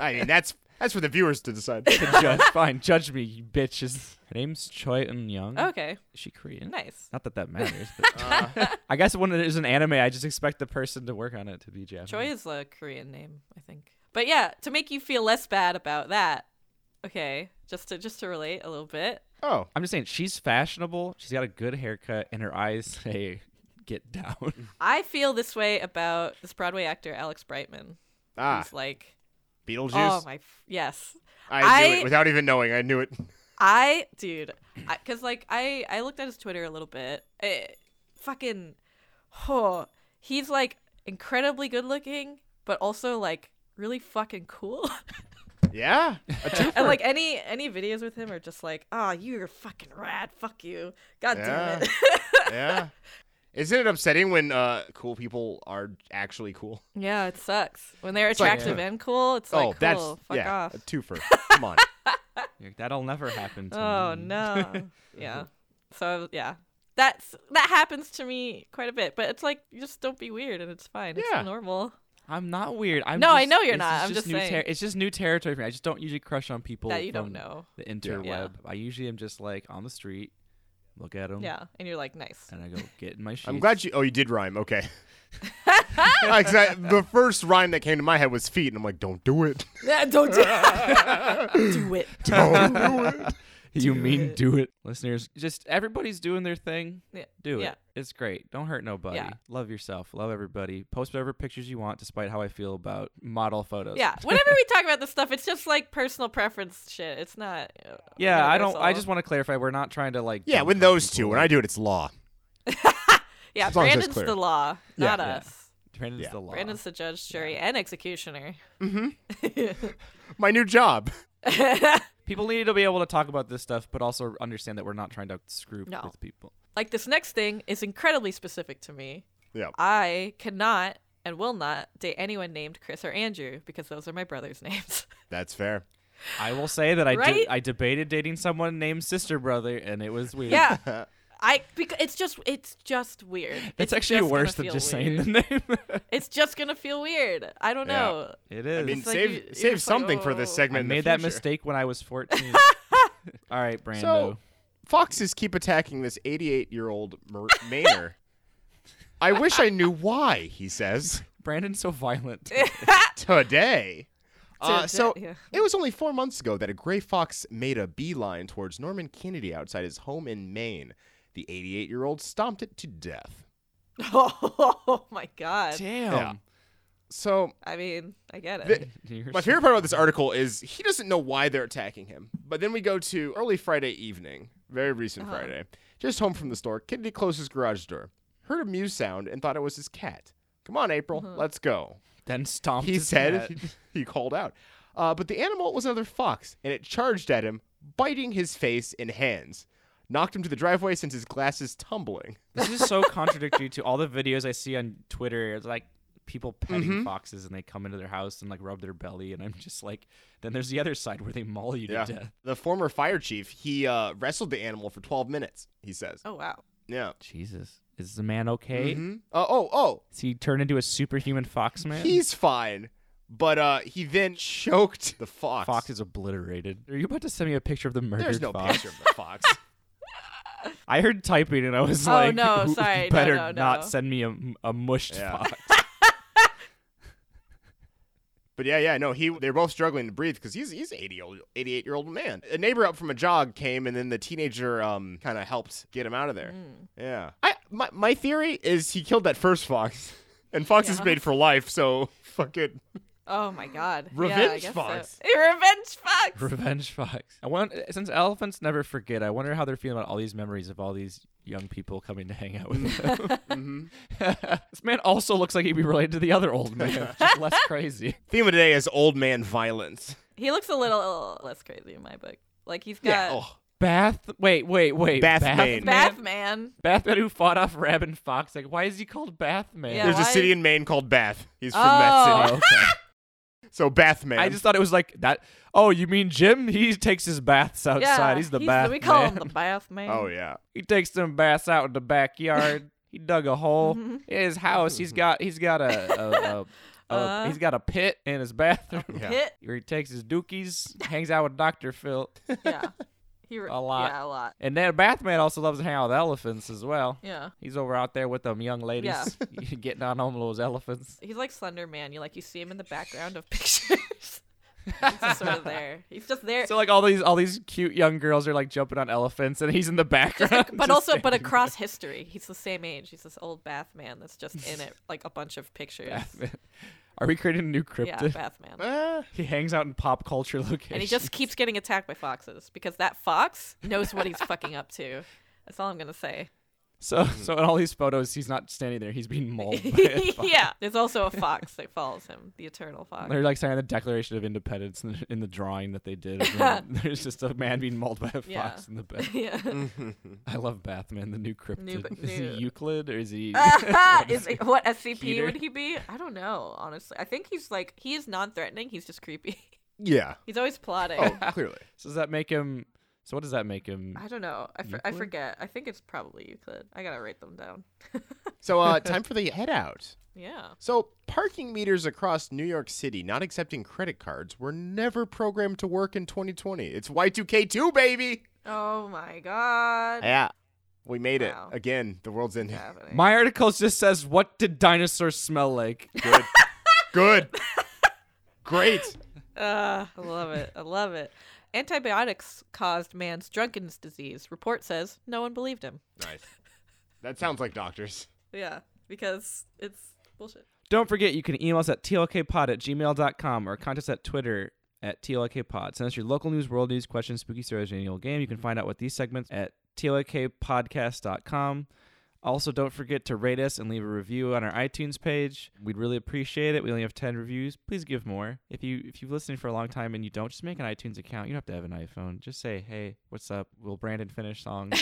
[SPEAKER 3] I mean, that's that's for the viewers to decide.
[SPEAKER 1] judge, fine, judge me, you bitches. Her name's Choi Eun Young.
[SPEAKER 2] Okay,
[SPEAKER 1] Is she Korean?
[SPEAKER 2] nice.
[SPEAKER 1] Not that that matters, but uh, I guess when there's an anime, I just expect the person to work on it to be Japanese.
[SPEAKER 2] Choi is a Korean name, I think. But yeah, to make you feel less bad about that. Okay, just to just to relate a little bit.
[SPEAKER 3] oh,
[SPEAKER 1] I'm just saying, she's fashionable. She's got a good haircut, and her eyes say, "Get down."
[SPEAKER 2] I feel this way about this Broadway actor Alex Brightman.
[SPEAKER 3] ah,
[SPEAKER 2] Who's like,
[SPEAKER 3] Beetlejuice.
[SPEAKER 2] oh my, f- yes.
[SPEAKER 3] I knew
[SPEAKER 2] I-
[SPEAKER 3] it without even knowing. I knew it.
[SPEAKER 2] I dude, because like I I looked at his Twitter a little bit. It, fucking, oh, he's like incredibly good looking, but also like really fucking cool.
[SPEAKER 3] Yeah.
[SPEAKER 2] and like any any videos with him are just like, ah, you're fucking rad. Fuck you. God damn it.
[SPEAKER 3] yeah. Isn't it upsetting when uh, cool people are actually cool?
[SPEAKER 2] yeah, it sucks when they're
[SPEAKER 3] like-
[SPEAKER 2] attractive and cool. It's like,
[SPEAKER 3] oh,
[SPEAKER 2] cool.
[SPEAKER 3] that's
[SPEAKER 2] fuck
[SPEAKER 3] yeah,
[SPEAKER 2] off.
[SPEAKER 3] a twofer. Come on.
[SPEAKER 1] You're like, That'll never happen to
[SPEAKER 2] Oh
[SPEAKER 1] me.
[SPEAKER 2] no. yeah. So yeah. That's that happens to me quite a bit, but it's like you just don't be weird and it's fine.
[SPEAKER 3] Yeah.
[SPEAKER 2] It's normal.
[SPEAKER 1] I'm not weird. I'm
[SPEAKER 2] No, I
[SPEAKER 1] just-
[SPEAKER 2] know you're
[SPEAKER 1] this
[SPEAKER 2] not.
[SPEAKER 1] is
[SPEAKER 2] I'm just
[SPEAKER 1] new
[SPEAKER 2] saying.
[SPEAKER 1] it's just new territory for me. I just don't usually crush on people
[SPEAKER 2] That you don't
[SPEAKER 1] from
[SPEAKER 2] know.
[SPEAKER 1] the interweb.
[SPEAKER 2] Yeah.
[SPEAKER 1] I usually am just like on the street, look at them,
[SPEAKER 2] Yeah, and you're like nice.
[SPEAKER 1] and I go get in my shoes.
[SPEAKER 3] I'm glad you. Oh, you did rhyme. Okay. Like, 'cause I- the first rhyme that came to my head was feet, and I'm like, don't do it.
[SPEAKER 2] Yeah, don't do, do it.
[SPEAKER 3] Don't do it.
[SPEAKER 1] You mean
[SPEAKER 2] it.
[SPEAKER 1] do it, listeners? Just everybody's doing their thing.
[SPEAKER 2] Yeah.
[SPEAKER 1] Do it.
[SPEAKER 2] Yeah.
[SPEAKER 1] It's great. Don't hurt nobody.
[SPEAKER 2] Yeah.
[SPEAKER 1] Love yourself. Love everybody. Post whatever pictures you want, despite how I feel about model photos.
[SPEAKER 2] Yeah, whenever we talk about this stuff, it's just like personal preference shit. It's not. uh,
[SPEAKER 1] Yeah, I don't. I
[SPEAKER 2] universal.
[SPEAKER 1] just want to clarify. We're not trying to like.
[SPEAKER 3] Yeah,
[SPEAKER 1] dump
[SPEAKER 3] when
[SPEAKER 1] on
[SPEAKER 3] those
[SPEAKER 1] people.
[SPEAKER 3] two, when I do it, it's law.
[SPEAKER 2] Yeah,
[SPEAKER 3] as long as it's
[SPEAKER 2] Brandon's
[SPEAKER 3] clear.
[SPEAKER 2] the law,
[SPEAKER 3] Yeah.
[SPEAKER 2] not
[SPEAKER 3] Yeah.
[SPEAKER 2] us.
[SPEAKER 1] Brandon's
[SPEAKER 3] Yeah.
[SPEAKER 1] the law.
[SPEAKER 2] Brandon's the judge, jury, and executioner.
[SPEAKER 1] Mm-hmm.
[SPEAKER 3] My new job.
[SPEAKER 1] people need to be able to talk about this stuff, but also understand that we're not trying to screw
[SPEAKER 2] No.
[SPEAKER 1] with people.
[SPEAKER 2] Like this next thing is incredibly specific to me.
[SPEAKER 3] Yeah.
[SPEAKER 2] I cannot and will not date anyone named Chris or Andrew because those are my brother's names.
[SPEAKER 3] That's fair.
[SPEAKER 1] I will say that I
[SPEAKER 2] Right?
[SPEAKER 1] did, I debated dating someone named sister brother, and it was weird.
[SPEAKER 2] yeah. I because it's just it's just weird.
[SPEAKER 1] It's
[SPEAKER 2] It's
[SPEAKER 1] actually
[SPEAKER 2] just gonna
[SPEAKER 1] worse than
[SPEAKER 2] feel
[SPEAKER 1] just
[SPEAKER 2] weird.
[SPEAKER 1] saying the name.
[SPEAKER 2] It's just gonna feel weird. I don't
[SPEAKER 3] Yeah.
[SPEAKER 2] know.
[SPEAKER 1] it is.
[SPEAKER 3] I mean,
[SPEAKER 2] like
[SPEAKER 3] save
[SPEAKER 2] you- you're
[SPEAKER 3] save
[SPEAKER 2] just like,
[SPEAKER 3] something for this
[SPEAKER 2] oh.
[SPEAKER 3] segment.
[SPEAKER 1] I
[SPEAKER 3] in the
[SPEAKER 1] made that
[SPEAKER 3] future.
[SPEAKER 1] mistake when I was 14. All right, Brando.
[SPEAKER 3] So, foxes keep attacking this 88 year old Mar- Maynard. I wish I knew why, he says.
[SPEAKER 1] Brandon's so violent.
[SPEAKER 3] Today. Uh,
[SPEAKER 2] Today-
[SPEAKER 3] so
[SPEAKER 2] yeah.
[SPEAKER 3] it was only four months ago that a gray fox made a beeline towards Norman Kennedy outside his home in Maine. The 88 year old stomped it to death.
[SPEAKER 2] Oh my god.
[SPEAKER 1] Damn.
[SPEAKER 3] So
[SPEAKER 2] I mean, I get it.
[SPEAKER 3] The-
[SPEAKER 1] You're
[SPEAKER 3] My
[SPEAKER 1] so-
[SPEAKER 3] favorite part about this article is he doesn't know why they're attacking him. But then we go to early Friday evening. Very recent Friday. Just home from the store, Kennedy closed his garage door, heard a mew sound, and thought it was his cat. Come on, April, let's go.
[SPEAKER 1] Then stomped.
[SPEAKER 3] He
[SPEAKER 1] his
[SPEAKER 3] said
[SPEAKER 1] cat.
[SPEAKER 3] he, he called out. Uh, but the animal was another fox, and it charged at him, biting his face and hands. Knocked him to the driveway, sent his glasses tumbling.
[SPEAKER 1] This is so contradictory to all the videos I see on Twitter. It's like people petting foxes and they come into their house and like rub their belly, and I'm just like, then there's the other side where they maul you to death.
[SPEAKER 3] The former fire chief, he uh, wrestled the animal for 12 minutes, he says.
[SPEAKER 2] Oh wow.
[SPEAKER 3] Yeah.
[SPEAKER 1] Jesus, is the man okay?
[SPEAKER 3] Mhm. Uh, oh, oh,
[SPEAKER 1] Is he turned into a superhuman fox man?
[SPEAKER 3] he's fine. But uh, he then choked the fox.
[SPEAKER 1] fox is obliterated. Are you about to send me a picture of the murdered
[SPEAKER 3] There's no
[SPEAKER 1] fox?
[SPEAKER 3] picture of the fox.
[SPEAKER 1] I heard typing and I was
[SPEAKER 2] Oh,
[SPEAKER 1] like,
[SPEAKER 2] no,
[SPEAKER 1] "Who- you
[SPEAKER 2] sorry, no,
[SPEAKER 1] better
[SPEAKER 2] no,
[SPEAKER 1] not
[SPEAKER 2] no."
[SPEAKER 1] send me a, a mushed
[SPEAKER 3] Yeah.
[SPEAKER 1] fox.
[SPEAKER 3] But yeah, yeah, no, he they're both struggling to breathe because he's he's 80 old, 88 year old man. A neighbor up from a jog came, and then the teenager um kind of helped get him out of there.
[SPEAKER 2] Mm.
[SPEAKER 3] Yeah, I my my theory is he killed that first fox, and fox is
[SPEAKER 2] Yeah.
[SPEAKER 3] made for life, so fuck it.
[SPEAKER 2] Oh my god. yeah, I
[SPEAKER 3] Revenge
[SPEAKER 2] guess
[SPEAKER 3] fox.
[SPEAKER 2] So. Revenge fox.
[SPEAKER 1] Revenge fox. I want since elephants never forget. I wonder how they're feeling about all these memories of all these young people coming to hang out with them. this man also looks like he'd be related to the other old man, just less crazy.
[SPEAKER 3] Theme of today is old man violence.
[SPEAKER 2] He looks a little less crazy in my book. Like he's got
[SPEAKER 3] Yeah, oh,
[SPEAKER 1] Bath. Wait, wait, wait.
[SPEAKER 3] Bath
[SPEAKER 1] Bathman.
[SPEAKER 3] man.
[SPEAKER 2] Bathman.
[SPEAKER 1] Bathman who fought off Rabin Fox. Like, why is he called Bathman?
[SPEAKER 2] Yeah,
[SPEAKER 3] there's a
[SPEAKER 2] why-
[SPEAKER 3] city in Maine called Bath. He's from
[SPEAKER 2] Oh.
[SPEAKER 3] that
[SPEAKER 1] Oh,
[SPEAKER 3] city,
[SPEAKER 1] okay.
[SPEAKER 3] so Bath man.
[SPEAKER 1] I just thought it was like that. Oh, you mean Jim? He takes his baths oh, outside.
[SPEAKER 2] Yeah,
[SPEAKER 1] he's the bath.
[SPEAKER 2] We call
[SPEAKER 1] man.
[SPEAKER 2] him the bath man.
[SPEAKER 3] oh yeah,
[SPEAKER 1] He takes them baths out in the backyard. he dug a hole
[SPEAKER 2] Mm-hmm.
[SPEAKER 1] in his house. He's got he's got a, a, a, a
[SPEAKER 2] Uh.
[SPEAKER 1] he's got a pit in his bathroom
[SPEAKER 3] yeah.
[SPEAKER 2] Hit.
[SPEAKER 1] where he takes his dookies, hangs out with Doctor Phil,
[SPEAKER 2] Yeah. He re-
[SPEAKER 1] A lot.
[SPEAKER 2] Yeah, a lot.
[SPEAKER 1] and then Bathman also loves to hang out with elephants as well.
[SPEAKER 2] Yeah.
[SPEAKER 1] He's over out there with them young ladies, getting on home those elephants.
[SPEAKER 2] He's like Slender Man. You like you see him in the background of pictures. he's just sort of there. He's just there.
[SPEAKER 1] So like all these all these cute young girls are like jumping on elephants, and he's in the background.
[SPEAKER 2] but
[SPEAKER 1] just
[SPEAKER 2] also, but
[SPEAKER 1] standing
[SPEAKER 2] across history, he's the same age. He's this old bath man that's just in it, like a bunch of pictures.
[SPEAKER 1] there. Are we creating a new
[SPEAKER 2] yeah,
[SPEAKER 1] cryptid?
[SPEAKER 2] bath man.
[SPEAKER 3] Ah,
[SPEAKER 1] he hangs out in pop culture locations.
[SPEAKER 2] and he just keeps getting attacked by foxes because that fox knows what he's fucking up to. That's all I'm gonna say.
[SPEAKER 1] So, so in all these photos, he's not standing there. He's being mauled. By a fox.
[SPEAKER 2] yeah, there's also a fox that follows him, the eternal fox.
[SPEAKER 1] They're like signing the Declaration of Independence in the, in the drawing that they did. and then There's just a man being mauled by a fox
[SPEAKER 2] Yeah.
[SPEAKER 1] in the bed.
[SPEAKER 2] yeah.
[SPEAKER 1] I love Bathman, the new cryptid. is
[SPEAKER 2] new- Ah!
[SPEAKER 1] he Euclid or is he?
[SPEAKER 2] is it- what SCP
[SPEAKER 1] Peter?
[SPEAKER 2] would he be? I don't know, honestly. I think he's like he is non-threatening. He's just creepy.
[SPEAKER 3] yeah.
[SPEAKER 2] he's always plotting.
[SPEAKER 3] Oh, clearly.
[SPEAKER 1] so does that make him? So what does that make him?
[SPEAKER 2] I don't know. I, for, I
[SPEAKER 1] Euclid?
[SPEAKER 2] forget. I think it's probably Euclid. I gotta write them down.
[SPEAKER 3] So uh, time for the head out.
[SPEAKER 2] Yeah.
[SPEAKER 3] So, parking meters across New York City not accepting credit cards were never programmed to work in 2020. It's Y2K2, baby!
[SPEAKER 2] Oh my god.
[SPEAKER 3] Yeah. We made it.
[SPEAKER 2] Wow.
[SPEAKER 3] Again, the world's ending.
[SPEAKER 2] Happening.
[SPEAKER 1] My article just says, "What did dinosaurs smell like?"
[SPEAKER 3] Good. Good. Great.
[SPEAKER 2] Uh, I love it. I love it. Antibiotics caused man's drunkenness disease. Report says no one believed him.
[SPEAKER 3] Nice. That sounds like doctors.
[SPEAKER 2] Yeah, because it's bullshit.
[SPEAKER 1] Don't forget, you can email us at tlkpod at gmail.com or contact us at Twitter at tlkpod. Send us your local news, world news, questions, spooky stories, and annual game. You can find out what these segments at tlkpodcast.com. Also, don't forget to rate us and leave a review on our iTunes page. We'd really appreciate it. We only have 10 reviews. Please give more. If you if you've listened for a long time and you don't, just make an iTunes account. You don't have to have an iPhone. Just say, "Hey, what's up? Will Brandon finish song?"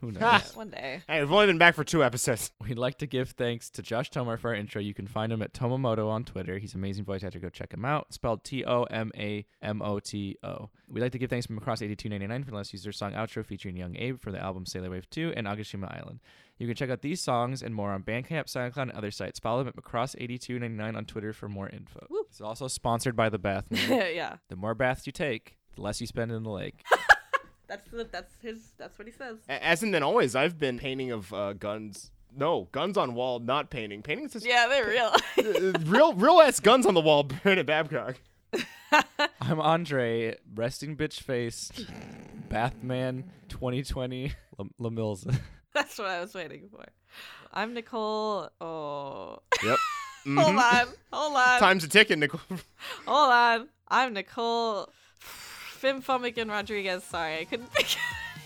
[SPEAKER 1] Who knows?
[SPEAKER 2] One day.
[SPEAKER 3] Hey, we've only been back for two episodes.
[SPEAKER 1] We'd like to give thanks to Josh Tomer for our intro. You can find him at Tomomoto on Twitter. He's an amazing voice actor. Go check him out. Spelled T O M A M O T O. We'd like to give thanks from Across 8299 for letting us use their song outro featuring Young Abe for the album Sailor Wave 2 and Agashima Island. You can check out these songs and more on Bandcamp, SoundCloud, and other sites. Follow them at Macross8299 on Twitter for more info. It's also sponsored by the bath. Mirror.
[SPEAKER 2] yeah,
[SPEAKER 1] the more baths you take, the less you spend in the lake.
[SPEAKER 2] that's the, that's his. That's what he says.
[SPEAKER 3] A- As in then always, I've been painting of uh, guns. No, guns on wall, not painting. Painting is just
[SPEAKER 2] Yeah, they're real.
[SPEAKER 3] uh, real, real ass guns on the wall, Brandon Babcock.
[SPEAKER 1] I'm Andre, resting bitch face, Bathman 2020 Lam- Lamilza.
[SPEAKER 2] that's what I was waiting for. I'm Nicole. Oh,
[SPEAKER 3] Yep.
[SPEAKER 2] hold on, hold on,
[SPEAKER 3] Time's a ticket, Nicole.
[SPEAKER 2] hold on. I'm Nicole. Fim Fummigan Rodriguez. Sorry, I couldn't think.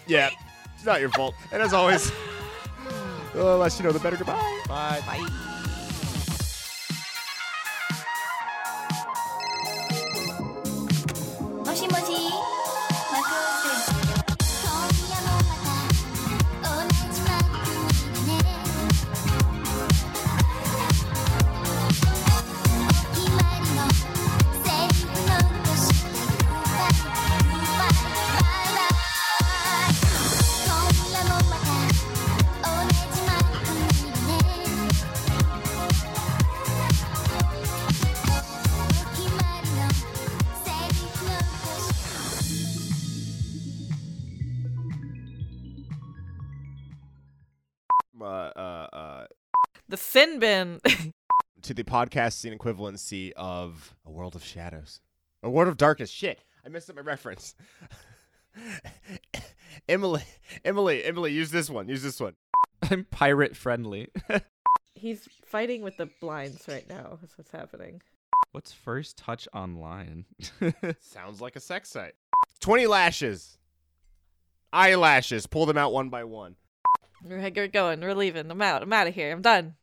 [SPEAKER 3] yeah. It's not your fault. And as always, the less you know, the better. Goodbye.
[SPEAKER 1] Bye.
[SPEAKER 2] Bye.
[SPEAKER 5] 「もしもしマクロです」「今夜もまた同じマックにね」「決まりのセリフのとしてグーバイグーバイバイ」「今夜もまた同じマックにね」「決まりのセリフのとして」
[SPEAKER 3] Uh, uh, uh,
[SPEAKER 2] The sin bin.
[SPEAKER 3] to the podcasting equivalency of a world of shadows, a world of darkness. Shit, I messed up my reference. Emily, Emily, Emily, use this one. Use this one.
[SPEAKER 1] I'm pirate friendly.
[SPEAKER 2] He's fighting with the blinds right now. That's what's happening.
[SPEAKER 1] What's first touch online?
[SPEAKER 3] Sounds like a sex site. 20 lashes. Eyelashes. Pull them out one by one.
[SPEAKER 2] We're, we're going. We're leaving. I'm out. I'm out of here. I'm done.